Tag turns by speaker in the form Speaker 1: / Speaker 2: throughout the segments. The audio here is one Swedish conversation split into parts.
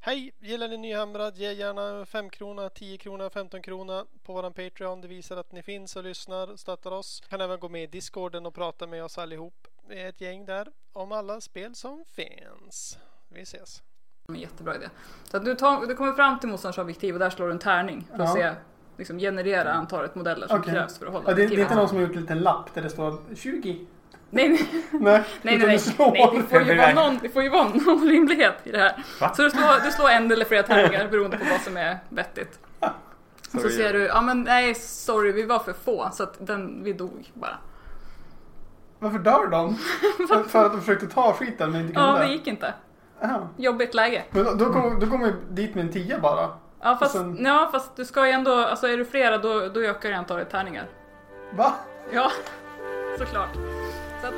Speaker 1: Hej! Gillar ni Nyhamrad? Ge gärna en 5 krona, 10 krona, 15 krona på våran Patreon. Det visar att ni finns och lyssnar och stöttar oss. Kan även gå med i Discorden och prata med oss allihop. Vi är ett gäng där om alla spel som finns. Vi ses!
Speaker 2: En jättebra idé. Så att du, tar, du kommer fram till motståndarens objektiv och där slår du en tärning för att
Speaker 3: Ja.
Speaker 2: se, liksom generera antalet modeller som
Speaker 3: Okej.
Speaker 2: krävs för att hålla
Speaker 3: Ja, det, det är
Speaker 2: objektivet.
Speaker 3: inte någon som har gjort en liten lapp där det står 20?
Speaker 2: Nej, nej.
Speaker 3: Nej,
Speaker 2: Nej,
Speaker 3: utan
Speaker 2: nej,
Speaker 3: du
Speaker 2: nej.
Speaker 3: slår.
Speaker 2: nej det, får ju vara någon, det får ju vara någon rimlighet i det här.
Speaker 4: Va?
Speaker 2: Så du slår, du slår en eller flera tärningar beroende på vad som är vettigt. Och så
Speaker 4: Sorry.
Speaker 2: ser du, ja men nej sorry vi var för få så att den, vi dog bara.
Speaker 3: Varför dör de? för, för att de försökte ta skiten men inte kunde.
Speaker 2: Ja det gick inte.
Speaker 3: Aha.
Speaker 2: Jobbigt läge.
Speaker 3: Men då, då kommer då kom jag dit med en tia bara.
Speaker 2: Ja fast,
Speaker 3: sen-
Speaker 2: ja, fast du ska ju ändå, alltså är du flera då, då ökar ju antalet tärningar.
Speaker 3: Va?
Speaker 2: Ja, såklart. Så att,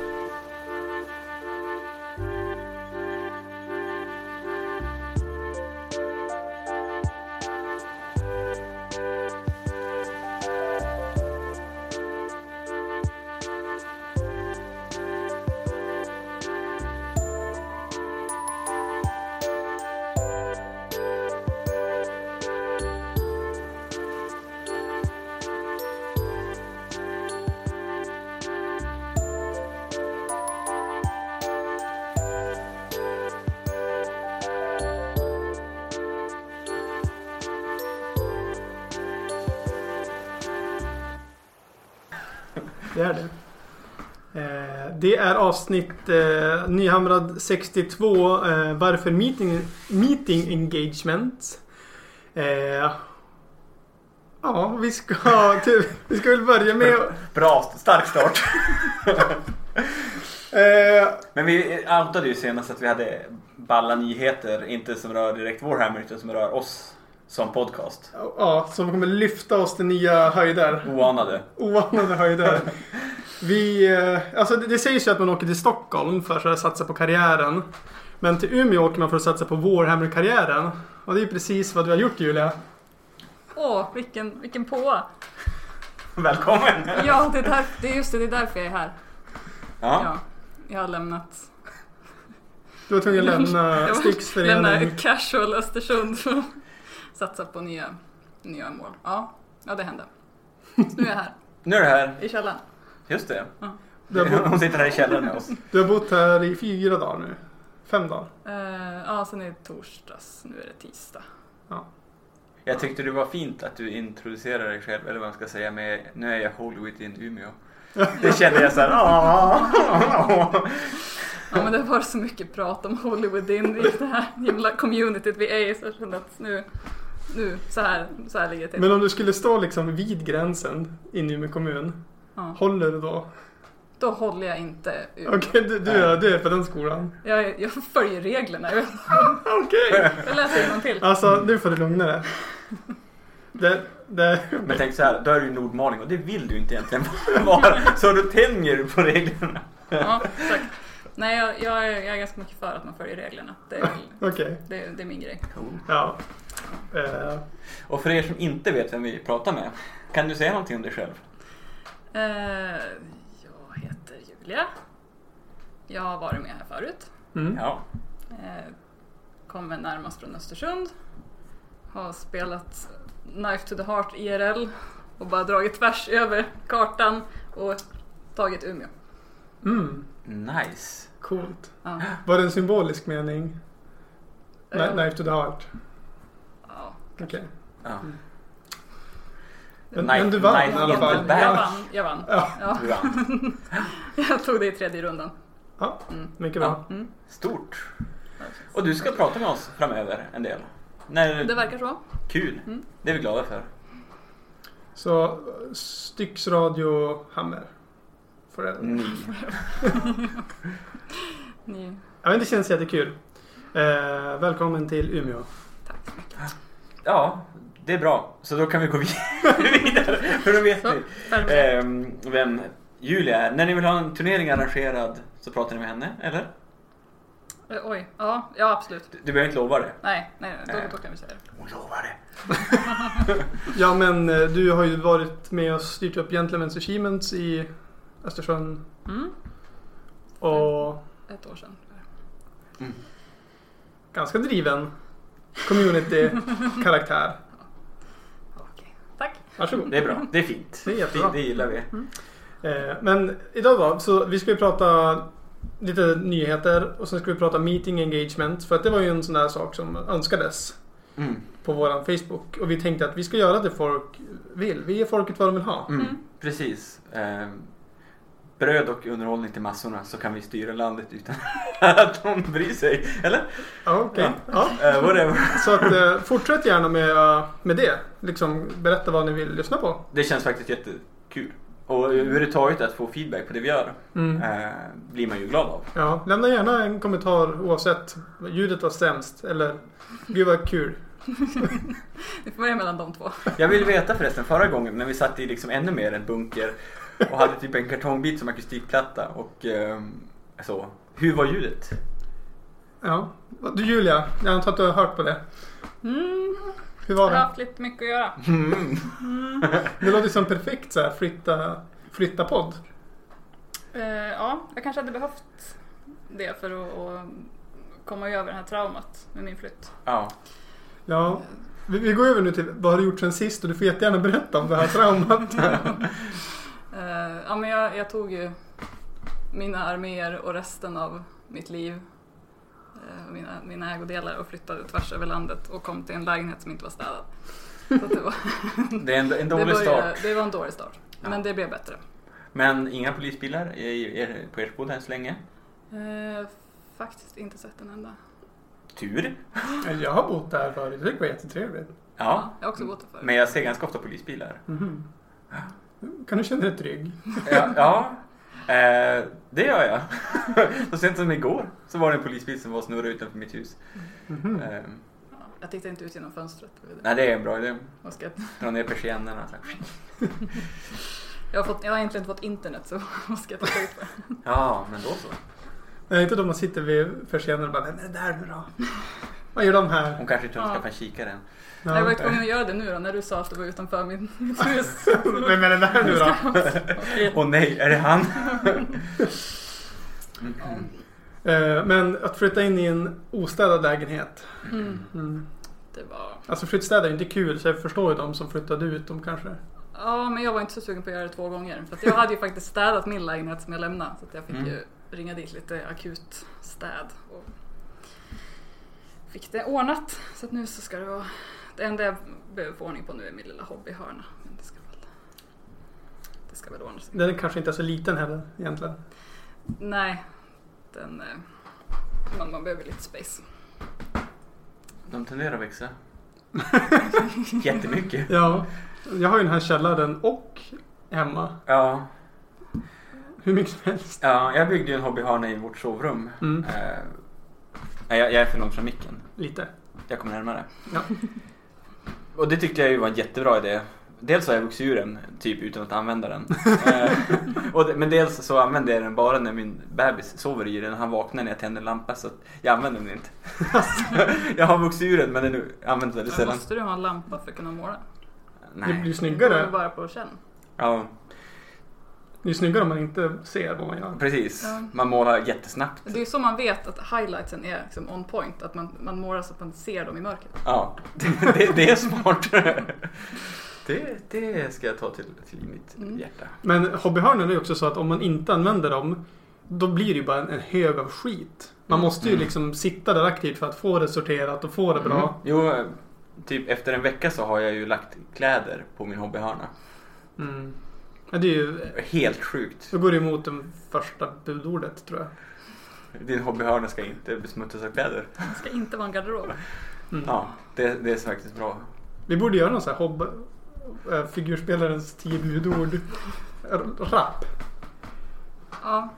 Speaker 3: Det är det. Eh, det är avsnitt eh, Nyhamrad 62. Eh, varför meeting, meeting engagement? Eh, ja, vi ska, till, vi ska väl börja med...
Speaker 4: Bra, stark start.
Speaker 3: Eh,
Speaker 4: Men vi outade ju senast att vi hade balla nyheter, inte som rör direkt Warhammer utan som rör oss som podcast.
Speaker 3: ja, som kommer lyfta oss till nya höjder.
Speaker 4: Oanade.
Speaker 3: Oanade höjder. Vi, eh, alltså det, det sägs ju att man åker till Stockholm för att så här satsa på karriären. Men till Umeå åker man för att satsa på Warhammer-karriären. Och det är ju precis vad du har gjort Julia.
Speaker 2: åh, vilken, vilken påa.
Speaker 4: Välkommen!
Speaker 2: Ja, det är, där, det är just det, det är därför jag är här.
Speaker 4: Ja.
Speaker 2: Ja, jag har lämnat,
Speaker 3: Du var tvungen att
Speaker 2: Jag
Speaker 3: lämna
Speaker 2: var-
Speaker 3: Styx förening.
Speaker 2: lämnat casual Östersund för att satsa på nya, nya mål. Ja, ja, det hände. Så nu är jag här,
Speaker 4: Nu är det här.
Speaker 2: i källaren.
Speaker 4: Just det.
Speaker 3: Du har, bott,
Speaker 4: Hon sitter här i källaren med oss.
Speaker 3: du har bott här i fyra dagar nu. Fem dagar.
Speaker 2: Eh, ja, sen är det torsdags, nu är det tisdag.
Speaker 4: Jag tyckte det var fint att du introducerade dig själv, eller vad man ska säga, med nu är jag Hollywood in Umeå. Det kände jag såhär, "Ah."
Speaker 2: Ja, men det har varit så mycket prat om Hollywood in i det här jävla communityt vi är i så jag kände att nu, nu, så här, så här ligger det till.
Speaker 3: Men om du skulle stå liksom vid gränsen in i Umeå kommun.
Speaker 2: Ja.
Speaker 3: Håller du då?
Speaker 2: Då håller jag inte ut.
Speaker 3: Okej, du, du, är, du är på den skolan.
Speaker 2: Jag, jag följer reglerna. Jag, vet-
Speaker 3: Okej.
Speaker 2: jag läser till.
Speaker 3: Alltså, nu får du lugna dig. Det, det,
Speaker 4: Men tänk så här, då är du ju nordmaling och det vill du inte egentligen vara. Så då tänjer du på reglerna.
Speaker 2: Ja, exakt. Nej, jag, jag, är, jag är ganska mycket för att man följer reglerna. Det är, väl-
Speaker 3: Okej,
Speaker 2: det, det är min grej.
Speaker 3: ja. Eh,
Speaker 4: Och för er som inte vet vem vi pratar med, kan du säga någonting om dig själv?
Speaker 2: Eh, jag heter Julia. Jag har varit med här förut.
Speaker 3: mm.
Speaker 4: Ja.
Speaker 2: Eh, kommer närmast från Östersund. Har spelat Knife to the Heart IRL och bara dragit tvärs över kartan och tagit Umeå.
Speaker 3: Mm.
Speaker 4: Nice.
Speaker 3: Coolt.
Speaker 2: Ja.
Speaker 3: Var det en symbolisk mening? Kni-
Speaker 2: Eh,
Speaker 3: Knife to the heart.
Speaker 2: ja.
Speaker 3: Okej.
Speaker 4: Ja.
Speaker 2: Mm.
Speaker 3: Men,
Speaker 4: Knife-
Speaker 3: men du vann
Speaker 4: knife
Speaker 3: i alla
Speaker 4: in
Speaker 3: fall.
Speaker 4: the
Speaker 2: Jag
Speaker 4: back.
Speaker 3: Ja.
Speaker 2: vann, jag vann.
Speaker 3: Ja.
Speaker 2: Ja,
Speaker 4: Du vann.
Speaker 2: jag tog det i tredje rundan.
Speaker 3: ja,
Speaker 2: Mm.
Speaker 3: mycket bra.
Speaker 4: Stort. Och du ska prata med oss framöver en del. När
Speaker 2: Det verkar så.
Speaker 4: Kul.
Speaker 2: Mm.
Speaker 4: Det är vi glada för.
Speaker 3: Så Styx Radio Hammer. Forever.
Speaker 4: Ni.
Speaker 2: Ni,
Speaker 3: Ja, men det känns jättekul. Eh, välkommen till Umeå.
Speaker 2: tack så mycket.
Speaker 4: Ja, det är bra. Så då kan vi gå vidare. För då vet
Speaker 2: Så,
Speaker 4: vi
Speaker 2: färdig.
Speaker 4: ehm, vem Julia är. När ni vill ha en turnering arrangerad så pratar ni med henne, eller?
Speaker 2: Eh, Oj, ja, ja absolut.
Speaker 4: Du, du behöver inte lova det.
Speaker 2: Nej, nej, nej,
Speaker 4: Nej.
Speaker 2: då, då kan vi säga det.
Speaker 4: Hon lovar det.
Speaker 3: Ja, men eh, du har ju varit med och styrt upp Gentlemen's Achievements i Östersund.
Speaker 2: Mm.
Speaker 3: Och
Speaker 2: Ett år sedan.
Speaker 3: ganska driven. community-karaktär.
Speaker 2: Okej, tack.
Speaker 3: Varsågod.
Speaker 4: Det är bra. Det är fint.
Speaker 3: Det är jättebra.
Speaker 4: Det, det gillar vi.
Speaker 3: Eh, Men idag då, så vi ska ju prata lite nyheter och sen ska vi prata meeting engagement. För att det var ju en sån där sak som önskades
Speaker 4: Mm.
Speaker 3: på våran Facebook. Och vi tänkte att vi ska göra det folk vill. Vi ger folket vad de vill ha.
Speaker 4: Mm.
Speaker 2: Mm.
Speaker 4: Precis. Ehm, bröd och underhållning till massorna så kan vi styra landet utan att de bryr sig. Eller?
Speaker 3: Ja, Ah, Okej. Ja.
Speaker 4: Eh, whatever.
Speaker 3: Så att, eh, fortsätt gärna med, med det. Liksom, berätta vad ni vill lyssna på.
Speaker 4: Det känns faktiskt jättekul. Och överhuvudtaget att få feedback på det vi gör
Speaker 3: Mm.
Speaker 4: eh, blir man ju glad av.
Speaker 3: Ja, lämna gärna en kommentar oavsett. Ljudet var sämst eller Gud vad kul.
Speaker 2: Vi får börja mellan de två.
Speaker 4: Jag vill veta förresten, förra gången när vi satt i liksom ännu mer en bunker och hade typ en kartongbit som akustikplatta och ehm, så. Hur var ljudet?
Speaker 3: Ja. Du Julia, jag antar att du har hört på det.
Speaker 2: Mm.
Speaker 3: Hur
Speaker 2: Jag
Speaker 3: var
Speaker 2: har
Speaker 3: det?
Speaker 2: haft lite mycket att göra.
Speaker 4: Mm.
Speaker 3: Det låter som perfekt så här, flytta, flytta podd.
Speaker 2: Eh, ja, jag kanske hade behövt det för att, att komma över det här traumat med min flytt.
Speaker 4: Ja.
Speaker 3: Ja. Vi, vi går över nu till vad har du gjort sen sist och du får jättegärna berätta om det här traumat.
Speaker 2: Eh, ja, men jag, jag tog ju mina arméer och resten av mitt liv, eh, och mina, mina ägodelar och flyttade tvärs över landet och kom till en lägenhet som inte var städad. Så att det, var,
Speaker 4: Det är en, en
Speaker 2: det,
Speaker 4: dålig
Speaker 2: var
Speaker 4: start.
Speaker 2: ju, det var en dålig start,
Speaker 4: Ja.
Speaker 2: men det blev bättre.
Speaker 4: Men inga polisbilar i er, på ert bod än så länge.
Speaker 2: Eh, faktiskt inte sett en enda.
Speaker 4: Tur.
Speaker 3: jag har bott där förut, det var jättetrevligt.
Speaker 4: Ja.
Speaker 2: Jag har också bott där förut.
Speaker 4: Mm. Men jag ser ganska ofta polisbilar.
Speaker 3: Mhm. Kan du känna dig trygg?
Speaker 4: Ja. ja. Eh, det gör jag. Så sent som igår så var det en polisbil som var och snurrade utanför mitt hus. Eh,
Speaker 2: Ja, jag tittade inte ut genom fönstret. det var det.
Speaker 4: nej, det är en bra idé.
Speaker 2: Jag ska-
Speaker 4: Dra ner persiennerna. så här.
Speaker 2: Jag har, fått, jag har egentligen inte fått internet så vad ska jag ta ut för?
Speaker 4: Ja, men då så.
Speaker 3: Nej, inte då man sitter vid persienner och bara Vem är det där nu då? Vad gör de här?
Speaker 4: Hon kanske inte önskar
Speaker 2: Ja.
Speaker 4: ja. kikaren.
Speaker 3: Ja.
Speaker 2: Jag var ju tvungen att göra det nu då när du sa att det var utanför min, mitt hus.
Speaker 3: Vem är det där nu då?
Speaker 2: Okej.
Speaker 4: Åh nej, är det han? Mm.
Speaker 3: Eh, Men att flytta in i en ostädad lägenhet.
Speaker 2: Mm,
Speaker 3: Mm.
Speaker 2: det var...
Speaker 3: Alltså flyttstäder är inte kul så jag förstår ju de som flyttade ut dem kanske.
Speaker 2: Ja, men jag var inte så sugen på att göra det två gånger. För att jag hade ju faktiskt städat min lägenhet som jag lämnade. Så att jag fick
Speaker 4: Mm.
Speaker 2: ju ringa dit lite akut städ. Och fick det ordnat. Så att nu så ska det vara... Det enda jag behöver få ordning på nu är min lilla hobbyhörna. Men det ska väl... Det ska väl ordna sig.
Speaker 3: Den kanske inte är så liten heller egentligen.
Speaker 2: Nej, den... eh, Man, man behöver lite space.
Speaker 4: De tenderar att växa. Jättemycket.
Speaker 3: Ja, jag har ju den här källaren och hemma.
Speaker 4: Ja,
Speaker 3: Hur mycket som helst.
Speaker 4: ja jag byggde ju en hobbyhane i vårt sovrum.
Speaker 3: Mm.
Speaker 4: Eh, nej, jag, jag är för långt från micken.
Speaker 3: Lite.
Speaker 4: Jag kommer närmare.
Speaker 3: Ja.
Speaker 4: Och det tyckte jag ju var en jättebra idé. Dels har jag vuxit ur den, typ utan att använda den. Eh, och det, men dels så använder jag den bara när min bebis sover i den. Han vaknar när jag tänder lampan så att jag använder den inte. jag har vuxit ur den men den används väldigt
Speaker 2: Men
Speaker 4: sällan.
Speaker 2: måste du ha en lampa för att kunna måla?
Speaker 3: Det blir
Speaker 4: Nej.
Speaker 2: Det går
Speaker 3: snyggare.
Speaker 2: bara på känn.
Speaker 4: Ja,
Speaker 3: Det är snyggare om man inte ser vad man gör.
Speaker 4: precis.
Speaker 2: Ja.
Speaker 4: Man målar jättesnabbt.
Speaker 2: Det är ju så man vet att highlightsen är liksom on point. Att man, man målar så att man ser dem i mörkret.
Speaker 4: Ja, det, det, det är smart. Det, det ska jag ta till, till mitt
Speaker 2: Mm.
Speaker 4: hjärta.
Speaker 3: Men hobbyhörnen är ju också så att om man inte använder dem då blir det ju bara en, en hög av skit. Man
Speaker 4: Mm.
Speaker 3: måste ju
Speaker 4: Mm.
Speaker 3: liksom sitta där aktivt för att få det sorterat och få det bra.
Speaker 4: Mm. Jo, eh, typ efter en vecka så har jag ju lagt kläder på min hobbyhörna.
Speaker 3: Mm. Ja, det är ju...
Speaker 4: Helt sjukt.
Speaker 3: Så går det emot det första budordet tror jag.
Speaker 4: Din hobbyhörna ska inte besmuttas av kläder.
Speaker 2: Det ska inte vara en garderob.
Speaker 3: Mm.
Speaker 4: Ja, det, det är faktiskt bra.
Speaker 3: Vi borde göra någon sån här hobb... eh, Figurspelarens tio budord. R- Rapp.
Speaker 2: Ja,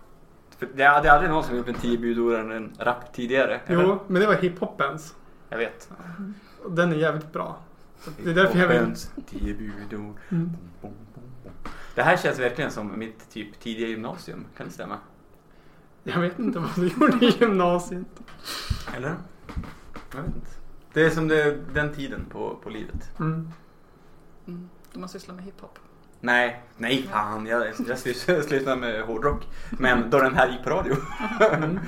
Speaker 4: För det är det är aldrig någon som gjort en tio budord än en rap tidigare. eller?
Speaker 3: Jo, men det var hiphopens.
Speaker 4: Jag vet.
Speaker 3: Och Den är jävligt bra. Alltså, Det är därför jag vill-
Speaker 4: Hoppens Tio budord. Det här känns verkligen som mitt typ tidiga gymnasium. Kan det stämma?
Speaker 3: Jag vet inte vad du gjorde i gymnasiet.
Speaker 4: Eller? Jag vet inte. Det är som det, den tiden på, på livet.
Speaker 3: Mm.
Speaker 2: mm. de har sysslat med hiphop.
Speaker 4: Nej, nej fan. Jag, Mm. jag slutade med hårdrock. Men då den här gick på radio.
Speaker 3: Mm.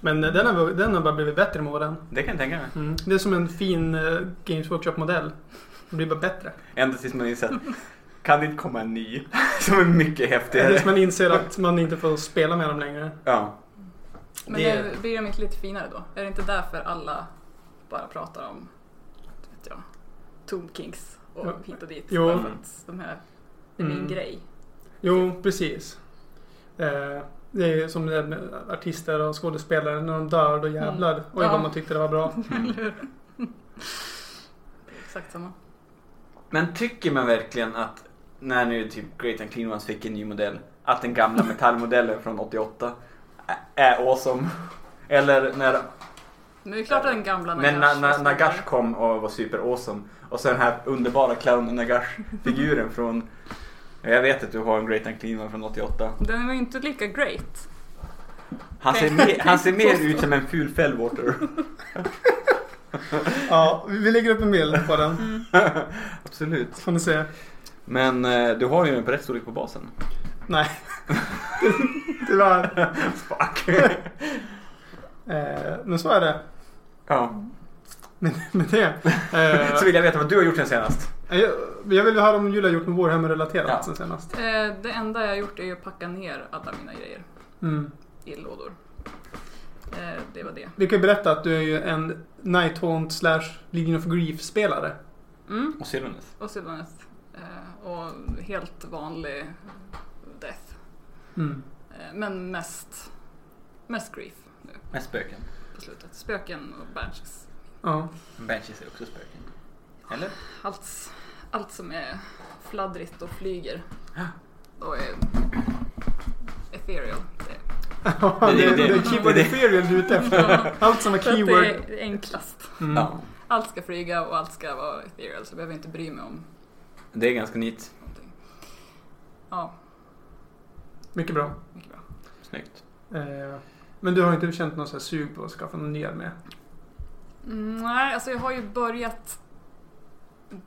Speaker 3: Men eh, den har, den har bara blivit bättre med åren.
Speaker 4: Det kan jag tänka mig.
Speaker 3: Mm. Det är som en fin eh, Games Workshop-modell. Det blir bara bättre.
Speaker 4: Ända tills man inser att kan det inte komma en ny som är mycket
Speaker 3: Tills
Speaker 4: häftigare?
Speaker 3: man inser att man inte får spela med dem längre.
Speaker 4: Ja.
Speaker 2: Men
Speaker 4: Det-
Speaker 2: nu blir de inte lite finare då? Är det inte därför alla bara pratar om, vet jag, Tomb Kings och
Speaker 3: Ja.
Speaker 2: hit och dit?
Speaker 3: Jo.
Speaker 2: Bara för att de här, det är min
Speaker 3: Mm.
Speaker 2: grej.
Speaker 3: Jo, precis. Eh, det är ju som det där med artister och skådespelare. När de dör, då jävlar. Oj,
Speaker 2: Ja.
Speaker 3: vad man tyckte det var bra.
Speaker 2: Det är Exakt samma.
Speaker 4: Men tycker man verkligen att när nu typ Great and Clean Ones fick en ny modell att den gamla metallmodellen från 88 ä- är awesome? Eller när,
Speaker 2: Men det är klart att den gamla
Speaker 4: när, när, när
Speaker 2: var snyggare.
Speaker 4: Nagash kom och var super awesome och så den här underbara clownen Nagash-figuren från jag vet att du har en Great and Clean One från 88.
Speaker 2: Den var ju inte lika great.
Speaker 4: Han ser, mer, han ser mer ut som en ful Fellwater.
Speaker 3: Ja, vi lägger upp en bild på den.
Speaker 4: Absolut.
Speaker 3: Får ni se.
Speaker 4: Men eh, du har ju en på rätt storlek på basen.
Speaker 3: Nej. Tyvärr.
Speaker 4: Fuck.
Speaker 3: Eh, men så är det.
Speaker 4: ja.
Speaker 3: Men, men det. Eh,
Speaker 4: Så vill jag veta vad du har gjort sen senast.
Speaker 3: jag, jag vill ju höra om Julia har gjort något Warhammer-relaterat
Speaker 4: Ja.
Speaker 3: sen senast.
Speaker 2: Eh, Det enda jag har gjort är ju att packa ner alla mina grejer
Speaker 3: Mm.
Speaker 2: i lådor. Eh, Det var det.
Speaker 3: Vi kan ju berätta att du är ju en Night Haunt slash Legion of Grief-spelare.
Speaker 2: Mm.
Speaker 4: Och Sylvanes.
Speaker 2: Och Sylvaneth. Eh, Och helt vanlig death.
Speaker 3: Mm.
Speaker 2: Eh, Men mest, mest grief nu
Speaker 4: Med spöken.
Speaker 2: på slutet. Spöken och banshees.
Speaker 3: Ja.
Speaker 4: Banshees är också spöken. Eller?
Speaker 3: Mm.
Speaker 2: Allt, allt som är fladdrigt och flyger.
Speaker 3: Ah.
Speaker 4: Ja.
Speaker 2: Och är ethereal. Det är-
Speaker 3: det, det, det, är keyword ethereal du är ute efter. Allt som är
Speaker 2: för att det
Speaker 3: keyword.
Speaker 2: är det är enklast.
Speaker 3: Mm.
Speaker 4: Ja.
Speaker 2: Allt ska flyga och allt ska vara ethereal så jag behöver inte bry mig om
Speaker 4: Det är ganska nytt.
Speaker 2: någonting. Ja,
Speaker 3: Mycket bra.
Speaker 2: mycket bra.
Speaker 4: Snyggt.
Speaker 3: Eh, men du har inte känt någon så här sug på att skaffa någon ny med?
Speaker 2: Mm, Nej, alltså jag har ju börjat